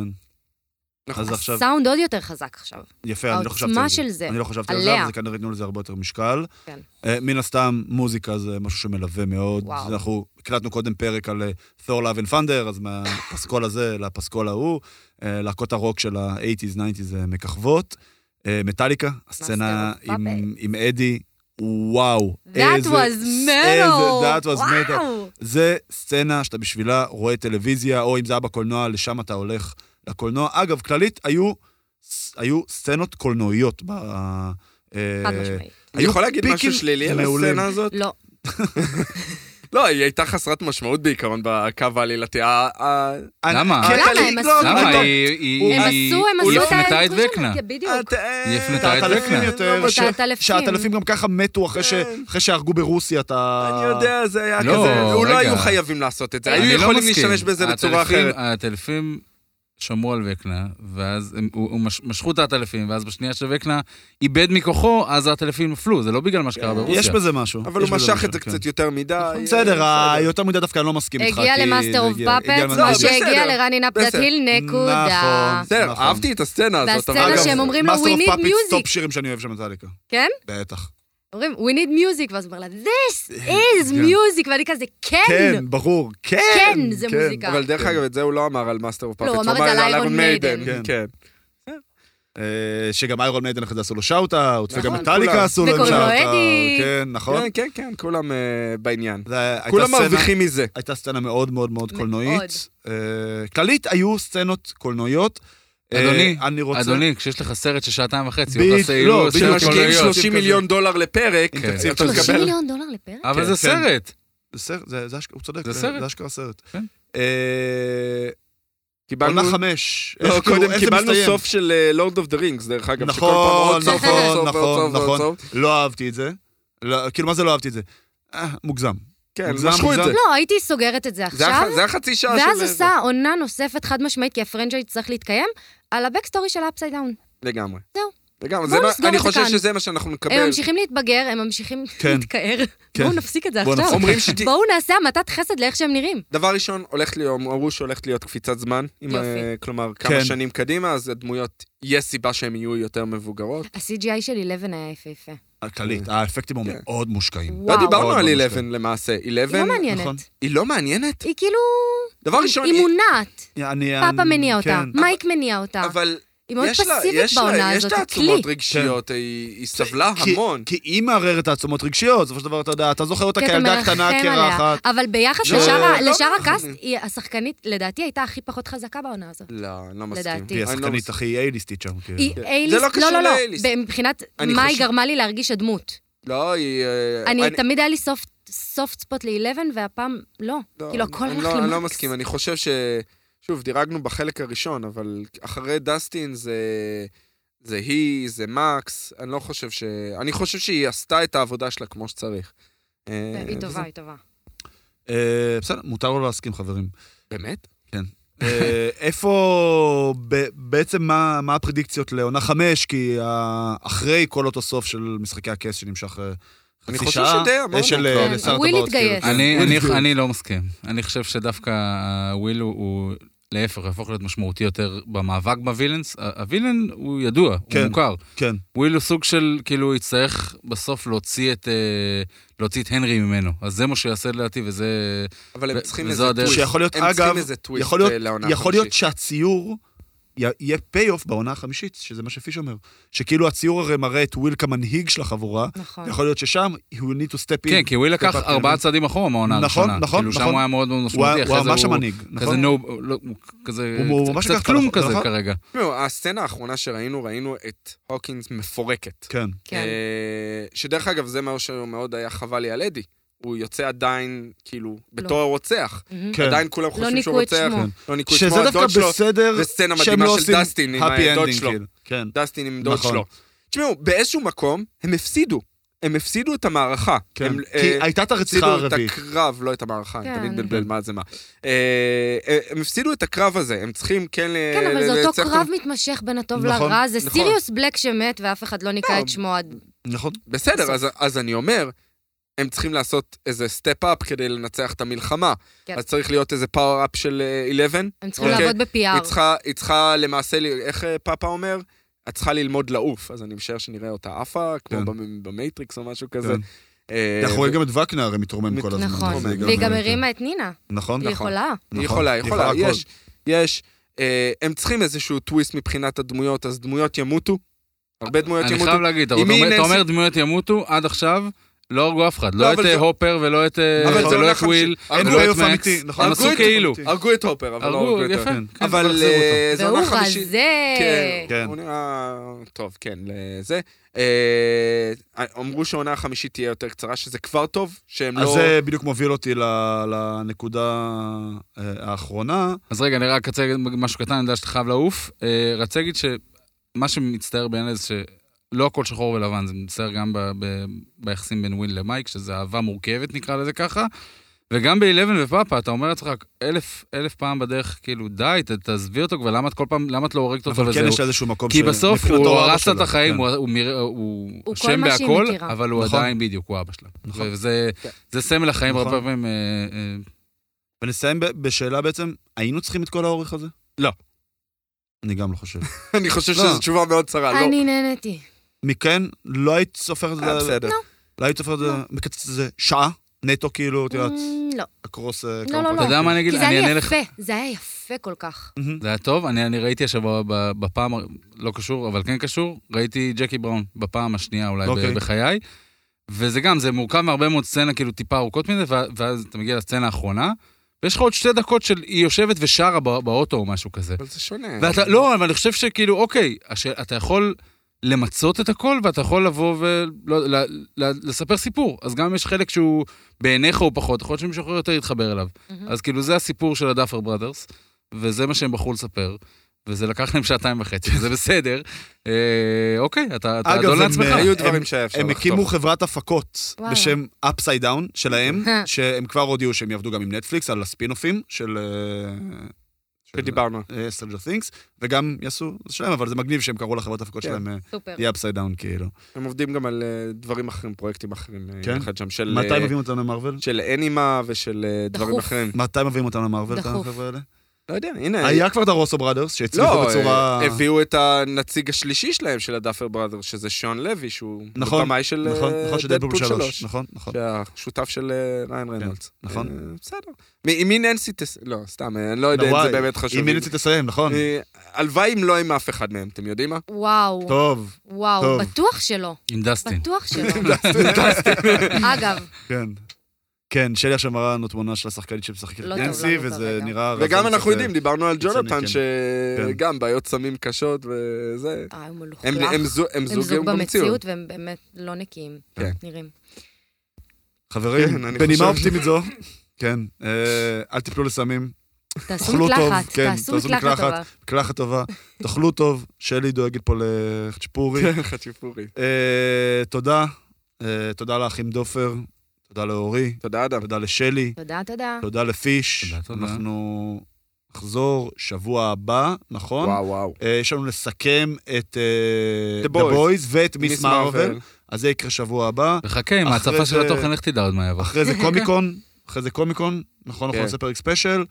Speaker 2: נכון.
Speaker 1: אז עכשיו...
Speaker 4: הסאונד עוד יותר חזק עכשיו.
Speaker 1: יפה, אני לא חשבתי על זה.
Speaker 4: העוצמה של זה,
Speaker 1: אני לא חשבתי על זה,
Speaker 4: עליה.
Speaker 1: אבל זה כנראה ייתנו לזה הרבה יותר משקל.
Speaker 4: כן.
Speaker 1: אה, מן הסתם, מוזיקה זה משהו שמלווה מאוד.
Speaker 4: וואו.
Speaker 1: אנחנו הקלטנו קודם פרק על אה, תור לאב אנד פאנדר, אז מהפסקול הזה לפסקול ההוא, אה, להקות הרוק של ה-80's, 90's אה, מככבות. אה, מטאליקה, הסצנה
Speaker 4: Master of
Speaker 1: עם-
Speaker 4: Puppets.
Speaker 1: עם אדי, וואו,
Speaker 4: That
Speaker 1: איזה...
Speaker 4: was metal.
Speaker 1: איזה that was metal.
Speaker 4: וואו.
Speaker 1: זה סצנה שאתה בשבילה רואה טלוויזיה, או אם זה היה בקולנוע, לשם אתה הולך לקולנוע. אגב, כללית, היו, היו סצנות קולנועיות ב... אה,
Speaker 4: חד משמעית.
Speaker 2: אני יכול להגיד משהו שלילי על הסצנה הזאת?
Speaker 4: לא.
Speaker 2: לא, היא הייתה חסרת משמעות בעיקרון בקו העלילתי. ה- ה-
Speaker 3: למה?
Speaker 1: אה, כן,
Speaker 4: למה?
Speaker 1: לא,
Speaker 4: הם עשו-
Speaker 2: לא,
Speaker 3: למה?
Speaker 4: טוב,
Speaker 3: היא- היא...
Speaker 4: הם
Speaker 3: היא-
Speaker 4: עשו, הם
Speaker 3: היא
Speaker 4: עשו את
Speaker 3: הפנתה את
Speaker 4: האלפים
Speaker 3: וקנה.
Speaker 4: שם, בדיוק.
Speaker 1: היא
Speaker 3: היא הפנתה את וקנר.
Speaker 1: יותר.
Speaker 4: את לא, האלפים.
Speaker 1: שהאלפים גם ככה מתו אחרי ש-
Speaker 2: כן.
Speaker 1: אחרי שהרגו ברוסיה את ה...
Speaker 2: אני יודע, זה היה
Speaker 3: לא,
Speaker 2: כזה, הוא לא
Speaker 3: רגע.
Speaker 2: היו חייבים לעשות את זה,
Speaker 3: אני
Speaker 2: היו
Speaker 3: לא
Speaker 2: יכולים
Speaker 3: מסכים.
Speaker 2: להשתמש בזה בצורה
Speaker 3: הטלפים-
Speaker 2: אחרת.
Speaker 3: הטלפים שמרו על וקנה, ואז הם הוא- הוא מש- משכו את הטלפים, ואז בשנייה שווקנה איבד מכוחו, אז הטלפים נפלו, זה לא בגלל מה שקרה ברוסיה.
Speaker 1: יש בזה משהו.
Speaker 2: אבל הוא
Speaker 1: יש בזה
Speaker 2: משך
Speaker 1: משהו,
Speaker 2: את זה
Speaker 1: כן.
Speaker 2: קצת יותר אה, מדי.
Speaker 1: בסדר, ה- יותר מדי דווקא אני לא מסכים איתך.
Speaker 4: הגיע
Speaker 1: כי
Speaker 4: למאסטר
Speaker 1: זה
Speaker 4: אוף
Speaker 1: הגיע- הגיע
Speaker 4: פאפץ, מה
Speaker 1: למאסטר.
Speaker 2: בסדר,
Speaker 4: שהגיע לרני נפדת
Speaker 2: בסדר.
Speaker 4: היל, נקודה.
Speaker 1: נכון.
Speaker 2: בסדר,
Speaker 1: נכון.
Speaker 2: אהבתי את הסצנה הזאת. אבל
Speaker 4: והסצנה
Speaker 2: אגב,
Speaker 4: שהם אומרים לו,
Speaker 1: מאסטר
Speaker 4: "We
Speaker 1: אוף
Speaker 4: need
Speaker 1: פאפץ",
Speaker 4: music.
Speaker 1: טופ שירים שאני אוהב של מטאליקה.
Speaker 4: כן?
Speaker 1: בטח.
Speaker 4: אומרים, we need music, ואז הוא אומר לה, this is music, ואני כזה, כן,
Speaker 1: כן, ברור, כן.
Speaker 4: כן, זה מוזיקה.
Speaker 2: אבל דרך
Speaker 1: כן.
Speaker 2: אגב, את זה הוא לא אמר על מאסטר אוף
Speaker 4: לא,
Speaker 2: פאפט.
Speaker 4: הוא אמר את זה על איירון מיידן.
Speaker 1: כן.
Speaker 2: כן.
Speaker 1: אה, שגם איירון מיידן אחרי זה עשו לו שאוט-אאוט,
Speaker 2: נכון,
Speaker 1: וגם
Speaker 2: כולם.
Speaker 1: מטאליקה עשו לו
Speaker 4: וקוראים לו
Speaker 1: שאוט-אאוט.
Speaker 4: אדי.
Speaker 1: כן, נכון.
Speaker 2: כן, כן, כן, כולם אה, בעניין.
Speaker 1: זה היה- הייתה
Speaker 2: כולם
Speaker 1: סצנה-
Speaker 2: מרוויחים מזה.
Speaker 1: הייתה סצנה מאוד מאוד מאוד
Speaker 4: מאוד.
Speaker 1: קולנועית. אה, כללית היו סצנות קולנועיות. אה,
Speaker 3: אדוני,
Speaker 1: אני רוצה-
Speaker 3: אדוני, כשיש לך סרט של שעתיים וחצי,
Speaker 1: בדיוק,
Speaker 3: הוא עושה
Speaker 1: לא,
Speaker 3: עילות,
Speaker 1: בדיוק,
Speaker 3: סרט
Speaker 1: משקיעים
Speaker 2: משקיעים
Speaker 3: קולנועיות.
Speaker 2: 30 כן, מיליון דולר לפרק,
Speaker 3: כן.
Speaker 2: תקציב אתה
Speaker 4: 30
Speaker 2: מקבל.
Speaker 4: מיליון דולר לפרק?
Speaker 3: אבל
Speaker 1: כן.
Speaker 3: זה סרט.
Speaker 1: זה סרט, זה- זה אשכרה- הוא צודק,
Speaker 3: זה
Speaker 1: זה
Speaker 3: סרט.
Speaker 1: זה אשכרה סרט.
Speaker 3: כן.
Speaker 1: אה,
Speaker 2: קיבלנו
Speaker 1: עונה חמש.
Speaker 2: לא,
Speaker 1: איך- כאילו,
Speaker 2: קודם
Speaker 1: איך זה
Speaker 2: קיבלנו
Speaker 1: מסתיים?
Speaker 2: סוף של אה, לורד אוף דה רינגס, דרך אגב. שכל פעם
Speaker 1: נכון,
Speaker 2: עוד סוף, עוד
Speaker 1: נכון,
Speaker 2: סוף, עוד
Speaker 1: נכון,
Speaker 2: סוף,
Speaker 1: נכון.
Speaker 2: עוד סוף.
Speaker 1: לא אהבתי את זה. לא- כאילו, מה זה לא אהבתי את זה? אה, מוגזם.
Speaker 2: כן,
Speaker 1: מוגזם,
Speaker 2: משכו את
Speaker 1: מוגזם.
Speaker 2: זה.
Speaker 4: לא, הייתי סוגרת את זה
Speaker 2: זה היה
Speaker 4: עכשיו,
Speaker 2: ח- זה היה חצי שעה של...
Speaker 4: ואז
Speaker 2: זה.
Speaker 4: עושה עונה נוספת חד משמעית, כי הפרנג'ייט צריך להתקיים, על הבקסטורי של האפסייד דאון.
Speaker 2: לגמרי.
Speaker 4: זהו.
Speaker 2: לגמרי.
Speaker 4: בואו
Speaker 2: זה מה-
Speaker 4: נסגור
Speaker 2: אני
Speaker 4: את זה
Speaker 2: חושב
Speaker 4: כאן.
Speaker 2: שזה מה שאנחנו
Speaker 4: הם
Speaker 2: נקבל.
Speaker 4: ממשיכים להתבגר, הם ממשיכים
Speaker 1: כן.
Speaker 4: להתקער.
Speaker 1: כן.
Speaker 4: בואו נפסיק את זה
Speaker 1: בואו
Speaker 4: עכשיו.
Speaker 1: נפסיק.
Speaker 2: אומרים שת-
Speaker 4: בואו נעשה המתת חסד לאיך שהם נראים.
Speaker 2: דבר ראשון, הולך לי, אמרו שהולכת להיות קפיצת זמן. עם,
Speaker 4: יופי.
Speaker 2: אה, כלומר, כמה
Speaker 1: כן.
Speaker 2: שנים קדימה, אז הדמויות, יש סיבה שהן יהיו יותר מבוגרות.
Speaker 4: ה-CGI של 11 היה יפהפה.
Speaker 1: כללית, האפקטים הם
Speaker 2: כן.
Speaker 1: מאוד מושקעים.
Speaker 2: לא
Speaker 4: וואו.
Speaker 2: דיברנו
Speaker 1: מאוד
Speaker 2: על
Speaker 1: מאוד
Speaker 2: 11
Speaker 1: מושקעים.
Speaker 2: למעשה.
Speaker 4: היא לא
Speaker 2: 11,
Speaker 1: נכון.
Speaker 4: מעניינת.
Speaker 2: היא לא מעניינת?
Speaker 4: היא כאילו...
Speaker 2: דבר ראשון,
Speaker 4: היא
Speaker 2: היא- כן,
Speaker 4: מונעת.
Speaker 1: אני-
Speaker 4: פאפה
Speaker 1: אני-
Speaker 4: מניע אותה,
Speaker 1: כן.
Speaker 4: מייק מניע אותה.
Speaker 2: אבל
Speaker 4: היא מאוד
Speaker 2: יש לה-
Speaker 4: פסיבית
Speaker 2: יש לה-
Speaker 4: בעונה
Speaker 2: יש
Speaker 4: הזאת,
Speaker 2: לה
Speaker 4: זה כלי.
Speaker 2: עצומות רגשיות, היא היא סבלה
Speaker 1: כן. כי-
Speaker 2: המון.
Speaker 1: כי היא מערערת תעצומות רגשיות, בסופו של דבר אתה יודע, אתה זוכר אותה
Speaker 4: כי אתה
Speaker 1: כילדה
Speaker 4: מרחם
Speaker 1: קטנה, קרחת.
Speaker 4: אבל ביחס
Speaker 1: לא,
Speaker 4: לשאר ה-
Speaker 2: לא
Speaker 4: לשאר
Speaker 2: מרחם.
Speaker 4: הקאסט, היא- השחקנית, לדעתי, הייתה הכי פחות חזקה בעונה הזאת.
Speaker 2: לא, אני לא מסכים.
Speaker 4: לדעתי.
Speaker 1: והיא
Speaker 2: אני לא
Speaker 1: השחקנית
Speaker 2: מסכים.
Speaker 1: הכי אייליסטית שם, כאילו.
Speaker 4: היא
Speaker 2: כן.
Speaker 4: A-list,
Speaker 2: זה לא קשור
Speaker 4: לא, לא,
Speaker 2: ל-A-list.
Speaker 4: ב- מבחינת
Speaker 2: אני
Speaker 4: מה היא
Speaker 2: חושב-
Speaker 4: גרמה לי להרגיש הדמות.
Speaker 2: לא, היא... אה,
Speaker 4: אני,
Speaker 2: אני-
Speaker 4: תמיד היה לי סופט, סופט ספוט ל-11, והפעם לא.
Speaker 2: לא,
Speaker 4: כאילו, הכל
Speaker 2: אני
Speaker 4: הלך
Speaker 2: לא-
Speaker 4: למקס.
Speaker 2: אני לא מסכים, אני חושב ש... שוב, דירגנו בחלק הראשון, אבל אחרי דסטין זה... זה היא, זה מקס, אני לא חושב ש... אני חושב שהיא עשתה את העבודה שלה כמו שצריך. אה,
Speaker 4: היא
Speaker 2: וזה-
Speaker 4: טובה, היא טובה.
Speaker 1: אה, בסדר, מותר לו להסכים, חברים.
Speaker 2: באמת?
Speaker 1: אה, איפה, ב- בעצם מה מה הפרדיקציות לעונה חמש? כי ה- אחרי כל אותו סוף של משחקי הכס שנמשך אה,
Speaker 2: אני
Speaker 1: חצי
Speaker 2: חושב
Speaker 1: שעה,
Speaker 2: שדי,
Speaker 1: אה,
Speaker 2: אמרנו.
Speaker 1: של
Speaker 4: כן,
Speaker 1: אה, לסרט
Speaker 4: וויל
Speaker 1: הבאות, כאילו,
Speaker 4: התגייס.
Speaker 1: כן.
Speaker 3: אני-
Speaker 1: וויל
Speaker 3: אני-
Speaker 1: התגייס.
Speaker 3: אני לא מסכים. אני חושב שדווקא וויל הוא- הוא, להפך, יהפוך להיות משמעותי יותר במאבק בווילנס. ה- הווילן הוא ידוע, הוא
Speaker 1: כן.
Speaker 3: מוכר.
Speaker 1: כן,
Speaker 3: וויל הוא סוג של, כאילו, יצטרך בסוף להוציא את אה, להוציא את הנרי ממנו. אז זה מה שהוא יעשה לדעתי, וזה...
Speaker 2: אבל הם
Speaker 3: ו-
Speaker 2: צריכים
Speaker 3: וזו
Speaker 2: איזה
Speaker 3: הדרך.
Speaker 2: טוויסט.
Speaker 1: שיכול להיות,
Speaker 2: הם צריכים
Speaker 1: אגב,
Speaker 2: איזה טוויסט
Speaker 1: יכול להיות-
Speaker 2: אה, לעונה
Speaker 1: יכול להיות
Speaker 2: החמישית.
Speaker 1: שהציור י- יהיה פי-אוף בעונה החמישית, שזה מה שפיש אומר. שכאילו הציור הרי מראה את וויל כמנהיג של החבורה,
Speaker 4: נכון.
Speaker 1: יכול להיות ששם, he will need to step in.
Speaker 3: כן, כי וויל לקח
Speaker 1: step up,
Speaker 3: ארבעה
Speaker 1: כן.
Speaker 3: צעדים אחורה מהעונה
Speaker 1: נכון,
Speaker 3: הראשונה.
Speaker 1: נכון,
Speaker 3: כאילו, שם
Speaker 1: נכון.
Speaker 3: הוא היה מאוד מאוד
Speaker 1: הוא
Speaker 3: משמעותי.
Speaker 1: היה- הוא
Speaker 3: אחרי זה
Speaker 1: ממש המנהיג,
Speaker 3: כזה
Speaker 1: נכון?
Speaker 3: נו, לא, הוא כזה,
Speaker 1: הוא- הוא
Speaker 3: קצת-
Speaker 1: ממש
Speaker 3: קצת
Speaker 1: לקח את
Speaker 3: כלום
Speaker 1: הלחו-
Speaker 3: כזה
Speaker 1: נכון.
Speaker 3: כרגע.
Speaker 2: תשמעו, הסצנה האחרונה שראינו, ראינו את הוקינס מפורקת.
Speaker 1: כן.
Speaker 4: כן.
Speaker 2: אה, שדרך אגב, זה מה שמאוד היה חבל לי על אדי. הוא יוצא עדיין, כאילו,
Speaker 4: לא.
Speaker 2: בתור הרוצח.
Speaker 4: מהמם.
Speaker 1: כן.
Speaker 2: עדיין כולם חושבים
Speaker 4: לא ניקו
Speaker 2: שהוא
Speaker 4: את
Speaker 2: רוצח.
Speaker 4: שמו. כן.
Speaker 2: לא ניקו את שמו.
Speaker 1: שזה
Speaker 2: הדוד
Speaker 1: דווקא
Speaker 2: שלו-
Speaker 1: בסדר
Speaker 2: וסצנה
Speaker 1: שהם
Speaker 2: מדהימה
Speaker 1: לא
Speaker 2: של
Speaker 1: עושים
Speaker 2: דסטין עם
Speaker 1: happy
Speaker 2: הדוד
Speaker 1: ending,
Speaker 2: שלו.
Speaker 1: כאילו. כן.
Speaker 2: דסטין עם דוד
Speaker 1: נכון.
Speaker 2: שלו. תשמעו, באיזשהו מקום, הם הפסידו. הם הפסידו את המערכה.
Speaker 1: כן,
Speaker 2: הם,
Speaker 1: כי
Speaker 2: אה,
Speaker 1: הייתה את הרציחה הרביעית.
Speaker 2: הפסידו את הקרב, לא את המערכה, אני
Speaker 4: כן.
Speaker 2: תמיד מבלבל מה זה מה. אה, אה, הם הפסידו את הקרב הזה, הם צריכים כן... ל-
Speaker 4: כן, אבל זה אותו
Speaker 2: לנצח
Speaker 4: קרב
Speaker 2: אותם.
Speaker 4: מתמשך בין הטוב
Speaker 1: נכון,
Speaker 4: לרע, זה
Speaker 2: נכון.
Speaker 4: סיריוס בלק שמת ואף אחד לא
Speaker 2: לא.
Speaker 4: ניקה את שמו עד...
Speaker 1: נכון.
Speaker 2: בסדר,
Speaker 4: בסוף.
Speaker 2: אז- אז אני אומר, הם צריכים לעשות איזה סטפ-אפ כדי לנצח את המלחמה.
Speaker 4: כן.
Speaker 2: אז צריך להיות איזה פאוור-אפ של אה, 11.
Speaker 4: הם צריכים
Speaker 2: אוקיי.
Speaker 4: לעבוד
Speaker 2: היא
Speaker 4: ב-PR.
Speaker 2: צריכה, היא צריכה למעשה, ל- איך אה, פאפה אומר? את צריכה ללמוד לעוף, אז אני משער שנראה אותה עפה, כמו
Speaker 1: כן.
Speaker 2: במ- במייטריקס או משהו כזה.
Speaker 1: כן.
Speaker 2: אה,
Speaker 1: אתה יכול
Speaker 2: ו-
Speaker 1: לראות גם את וקנר הרי מתרומם
Speaker 2: מת-
Speaker 1: כל הזמן.
Speaker 4: נכון.
Speaker 1: אז לא זה
Speaker 4: והיא גם
Speaker 1: כן.
Speaker 4: הרימה את נינה.
Speaker 1: נכון.
Speaker 4: היא יכולה.
Speaker 2: היא
Speaker 1: נכון.
Speaker 2: יכולה, היא יכולה,
Speaker 1: הכל.
Speaker 2: יש, יש. אה, הם צריכים איזשהו טוויסט מבחינת הדמויות, אז דמויות ימותו. הרבה דמויות
Speaker 3: אני
Speaker 2: ימותו.
Speaker 3: חייב להגיד, אתה
Speaker 2: אם
Speaker 3: אתה
Speaker 2: היא
Speaker 3: אומר- אתה
Speaker 2: ננסי-
Speaker 3: אומר דמויות ימותו, עד עכשיו לא הרגו אף אחד.
Speaker 2: לא,
Speaker 3: לא את
Speaker 2: אבל
Speaker 3: אה,
Speaker 2: זה- לא
Speaker 3: הופר ולא את אה,
Speaker 1: אבל זה
Speaker 3: ולא
Speaker 2: עונה
Speaker 3: את וויל,
Speaker 1: הרגו
Speaker 3: ולא
Speaker 1: טיוף
Speaker 3: את מקס.
Speaker 1: אמיתי, נכון?
Speaker 3: הם
Speaker 2: הרגו
Speaker 3: עשו
Speaker 2: את-
Speaker 3: כאילו.
Speaker 2: הרגו את הופר, אבל לא
Speaker 3: הרגו,
Speaker 2: הרגו את
Speaker 3: יפה.
Speaker 2: הופר.
Speaker 3: כן,
Speaker 2: אבל
Speaker 3: החזירו אותו.
Speaker 2: אה, זו
Speaker 4: והוא
Speaker 2: עונה חמישית.
Speaker 4: רזה.
Speaker 2: כן,
Speaker 1: כן.
Speaker 2: הוא נראה... טוב, כן, זה. אה, אמרו שהעונה החמישית תהיה יותר קצרה, שזה כבר טוב, שהם
Speaker 1: אז
Speaker 2: לא...
Speaker 1: זה בדיוק מוביל אותי ל- לנקודה אה, האחרונה.
Speaker 3: אז רגע, אני רק רוצה להגיד משהו קטן, אני יודע שאתה חייב לעוף. אה, רצה להגיד שמה שמצטער בעיניי זה שלא הכל שחור ולבן, זה מצטער גם ב- ב- ביחסים בין וויל למייק, שזה אהבה מורכבת, נקרא לזה ככה. וגם ב-11 ופאפה, אתה אומר לעצמך אלף, אלף פעם בדרך, כאילו, די, ת- תעזבי אותו כבר, למה את כל פעם, למה את לא הורגת אותו
Speaker 1: אבל כן
Speaker 3: וזהו?
Speaker 1: יש לה איזשהו מקום
Speaker 3: כי בסוף הוא
Speaker 1: מבחינתו אבא
Speaker 3: הרס לה את
Speaker 1: שלה,
Speaker 3: החיים,
Speaker 1: כן.
Speaker 3: הוא- הוא מיר- הוא
Speaker 4: הוא כל
Speaker 3: אשם
Speaker 4: מה שהיא
Speaker 3: בהכל,
Speaker 4: מכירה.
Speaker 3: אבל הוא
Speaker 1: נכון.
Speaker 3: עדיין בדיוק, הוא אבא שלה.
Speaker 1: נכון.
Speaker 3: וזה
Speaker 2: כן.
Speaker 3: זה סמל לחיים
Speaker 1: נכון.
Speaker 3: הרבה פעמים. אה, אה,
Speaker 1: ונסיים ב- בשאלה בעצם, היינו צריכים את כל האורך הזה?
Speaker 3: לא.
Speaker 1: אני גם לא חושב.
Speaker 2: אני חושב
Speaker 1: לא.
Speaker 2: שזו תשובה מאוד צרה, לא.
Speaker 4: אני נהניתי.
Speaker 1: מכן, לא היית סופרת את זה,
Speaker 2: אה, בסדר.
Speaker 1: לא היית סופרת את זה, מקצת את זה שעה נטו, כאילו, את יודעת, אה,
Speaker 4: Mm, לא.
Speaker 1: הקרוס...
Speaker 4: לא, לא,
Speaker 3: אתה יודע מה אני אגיד?
Speaker 4: כי זה
Speaker 3: אני
Speaker 4: היה
Speaker 3: אענה לך.
Speaker 4: יפה, זה היה יפה כל כך.
Speaker 3: זה היה טוב, אני, אני ראיתי השבוע ב- בפעם, הר- לא קשור, אבל כן קשור, ראיתי ג'קי בראון בפעם השנייה אולי okay.
Speaker 1: אוקיי.
Speaker 3: בחיי, וזה גם, זה מורכב מהרבה מאוד סצנה, כאילו טיפה ארוכות מזה, וה- ואז אתה מגיע לסצנה האחרונה, ויש לך עוד שתי דקות של היא יושבת ושרה בא, באוטו או משהו כזה.
Speaker 2: אבל זה שונה.
Speaker 3: ואתה, לא, אבל אני חושב שכאילו, אוקיי, הש, אתה יכול למצות את הכל, ואתה יכול לבוא לא- ולספר סיפור. אז גם אם יש חלק שהוא בעיניך הוא פחות, יכול להיות שמישהו אחר יותר יתחבר אליו.
Speaker 4: מהמם.
Speaker 3: אז כאילו זה הסיפור של הדאפר בראדרס, וזה מה שהם בחרו לספר, וזה לקח להם שעתיים וחצי, זה בסדר. אה, אוקיי, אתה אתה
Speaker 1: אגב,
Speaker 3: אדון
Speaker 1: הם,
Speaker 3: לעצמך.
Speaker 1: אה,
Speaker 2: היו
Speaker 1: הם-
Speaker 2: דברים שהיה אפשר
Speaker 1: הם הקימו חברת הפקות
Speaker 4: וואלה.
Speaker 1: בשם upside down שלהם, שהם כבר הודיעו שהם יעבדו גם עם נטפליקס על הספינופים של... אה, של-
Speaker 2: שדיברנו.
Speaker 1: אה, Stranger Things, וגם יעשו זה שלהם, אבל זה מגניב שהם קראו לחברת ההפקות
Speaker 2: כן.
Speaker 1: שלהם אה,
Speaker 4: סופר.
Speaker 1: The Upside Down, כאילו.
Speaker 2: הם עובדים גם על אה, דברים אחרים, פרויקטים אחרים. אה,
Speaker 1: כן?
Speaker 2: יחד שם של... אה,
Speaker 1: מתי מביאים אותם למרוויל?
Speaker 2: של אנימה ושל אה, דברים
Speaker 4: דחוף.
Speaker 2: אחרים.
Speaker 1: מתי מביאים אותם למרוויל, את
Speaker 4: דחוף.
Speaker 1: החבר'ה האלה?
Speaker 2: לא יודע, הנה.
Speaker 1: היה כבר את הרוסו בראדרס, שהצליחו
Speaker 2: לא,
Speaker 1: בצורה...
Speaker 2: אה, הביאו את הנציג השלישי שלהם, של הדאפר בראדר, שזה שון לוי, שהוא
Speaker 1: נכון,
Speaker 2: במאי של
Speaker 1: נכון,
Speaker 2: אה,
Speaker 1: נכון, של דדפול 3. נכון, נכון.
Speaker 2: שהשותף של אה, ריין ריינולדס.
Speaker 1: נכון.
Speaker 2: אה, בסדר. מ- עם מי ננסי תס... לא, סתם, אה, אני לא יודע אם
Speaker 1: וואי,
Speaker 2: זה באמת חשוב.
Speaker 1: עם מי נצא תסיים, נכון.
Speaker 2: אה, הלוואי אם לא עם אף אחד מהם, אתם יודעים מה?
Speaker 4: וואו,
Speaker 1: טוב,
Speaker 4: וואו,
Speaker 1: טוב.
Speaker 4: בטוח שלא.
Speaker 3: עם דסטין.
Speaker 4: בטוח שלא. אגב,
Speaker 1: כן. כן, שלי עכשיו מראה לנו תמונה של השחקנית שמשחקת את
Speaker 4: לא טוב
Speaker 1: ננסי,
Speaker 4: לנו
Speaker 1: וזה
Speaker 4: כרגע.
Speaker 1: נראה...
Speaker 2: וגם
Speaker 1: רזון
Speaker 2: אנחנו
Speaker 1: כזה.
Speaker 2: יודעים, דיברנו על
Speaker 1: קיצוני,
Speaker 2: ג'ונתן,
Speaker 1: כן.
Speaker 2: שגם בעיות סמים קשות וזה.
Speaker 4: אה, הוא מלוכלך.
Speaker 2: הם- הם זו- הם
Speaker 4: הם זוג
Speaker 2: זוג במציאות.
Speaker 4: במציאות והם באמת לא נקיים.
Speaker 2: כן.
Speaker 4: נראים.
Speaker 1: חברים,
Speaker 2: כן, אני חושב-
Speaker 1: בנימה אופטימית זו, כן, אה, אל תיפלו לסמים,
Speaker 4: תעשו
Speaker 1: אכלו טוב,
Speaker 4: מקלחת,
Speaker 1: כן,
Speaker 4: תעשו
Speaker 1: תעשו
Speaker 4: מקלחת
Speaker 1: מקלחת.
Speaker 4: טובה.
Speaker 1: קלחת טובה, תאכלו טוב, שלי דואגת פה לחצ'פורי.
Speaker 3: כן.
Speaker 2: חצ'יפורי.
Speaker 1: אה, תודה, אה, תודה לאחים דופר, תודה לאורי,
Speaker 2: תודה, אדם.
Speaker 1: תודה לשלי,
Speaker 4: תודה, תודה.
Speaker 1: תודה לפיש.
Speaker 3: תודה, תודה.
Speaker 1: אנחנו נחזור שבוע הבא, נכון?
Speaker 2: וואו, וואו.
Speaker 1: אה, יש לנו לסכם את אה,
Speaker 2: The
Speaker 1: The
Speaker 2: Boys.
Speaker 1: Boys ואת מיס
Speaker 2: מיס
Speaker 1: מרוויל,
Speaker 2: מארוול.
Speaker 1: אז זה יקרה שבוע הבא.
Speaker 3: וחכה, עם
Speaker 1: אחרי
Speaker 3: ההצפה של
Speaker 1: זה-
Speaker 3: התוכן, איך תדע עוד מה יבוא.
Speaker 1: אחרי זה קומיקון, אחרי זה קומיקון, נכון?
Speaker 2: כן.
Speaker 1: אנחנו נעשה פרק ספיישל.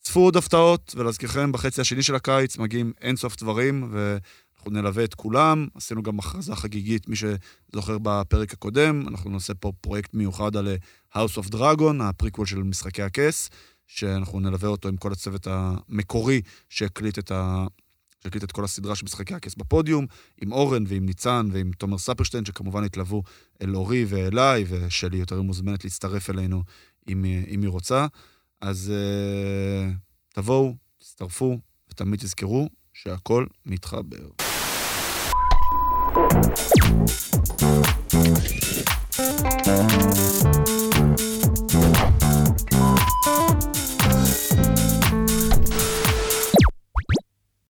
Speaker 1: צפו עוד הפתעות, ולהזכירכם, בחצי השני של הקיץ מגיעים אינסוף דברים, ואנחנו נלווה את כולם. עשינו גם הכרזה חגיגית, מי שזוכר בפרק הקודם, אנחנו נעשה פה פרויקט מיוחד על אה, House of Dragon, הפריקוול של משחקי הכס, שאנחנו נלווה אותו עם כל הצוות המקורי שהקליט את ה... שהקליט את כל הסדרה של משחקי הכס בפודיום, עם אורן ועם ניצן ועם תומר ספרשטיין, שכמובן התלוו אל אורי ואליי, ושלי יותר מוזמנת להצטרף אלינו אם, אם היא רוצה. אז uh, תבואו, תצטרפו, ותמיד תזכרו שהכל מתחבר.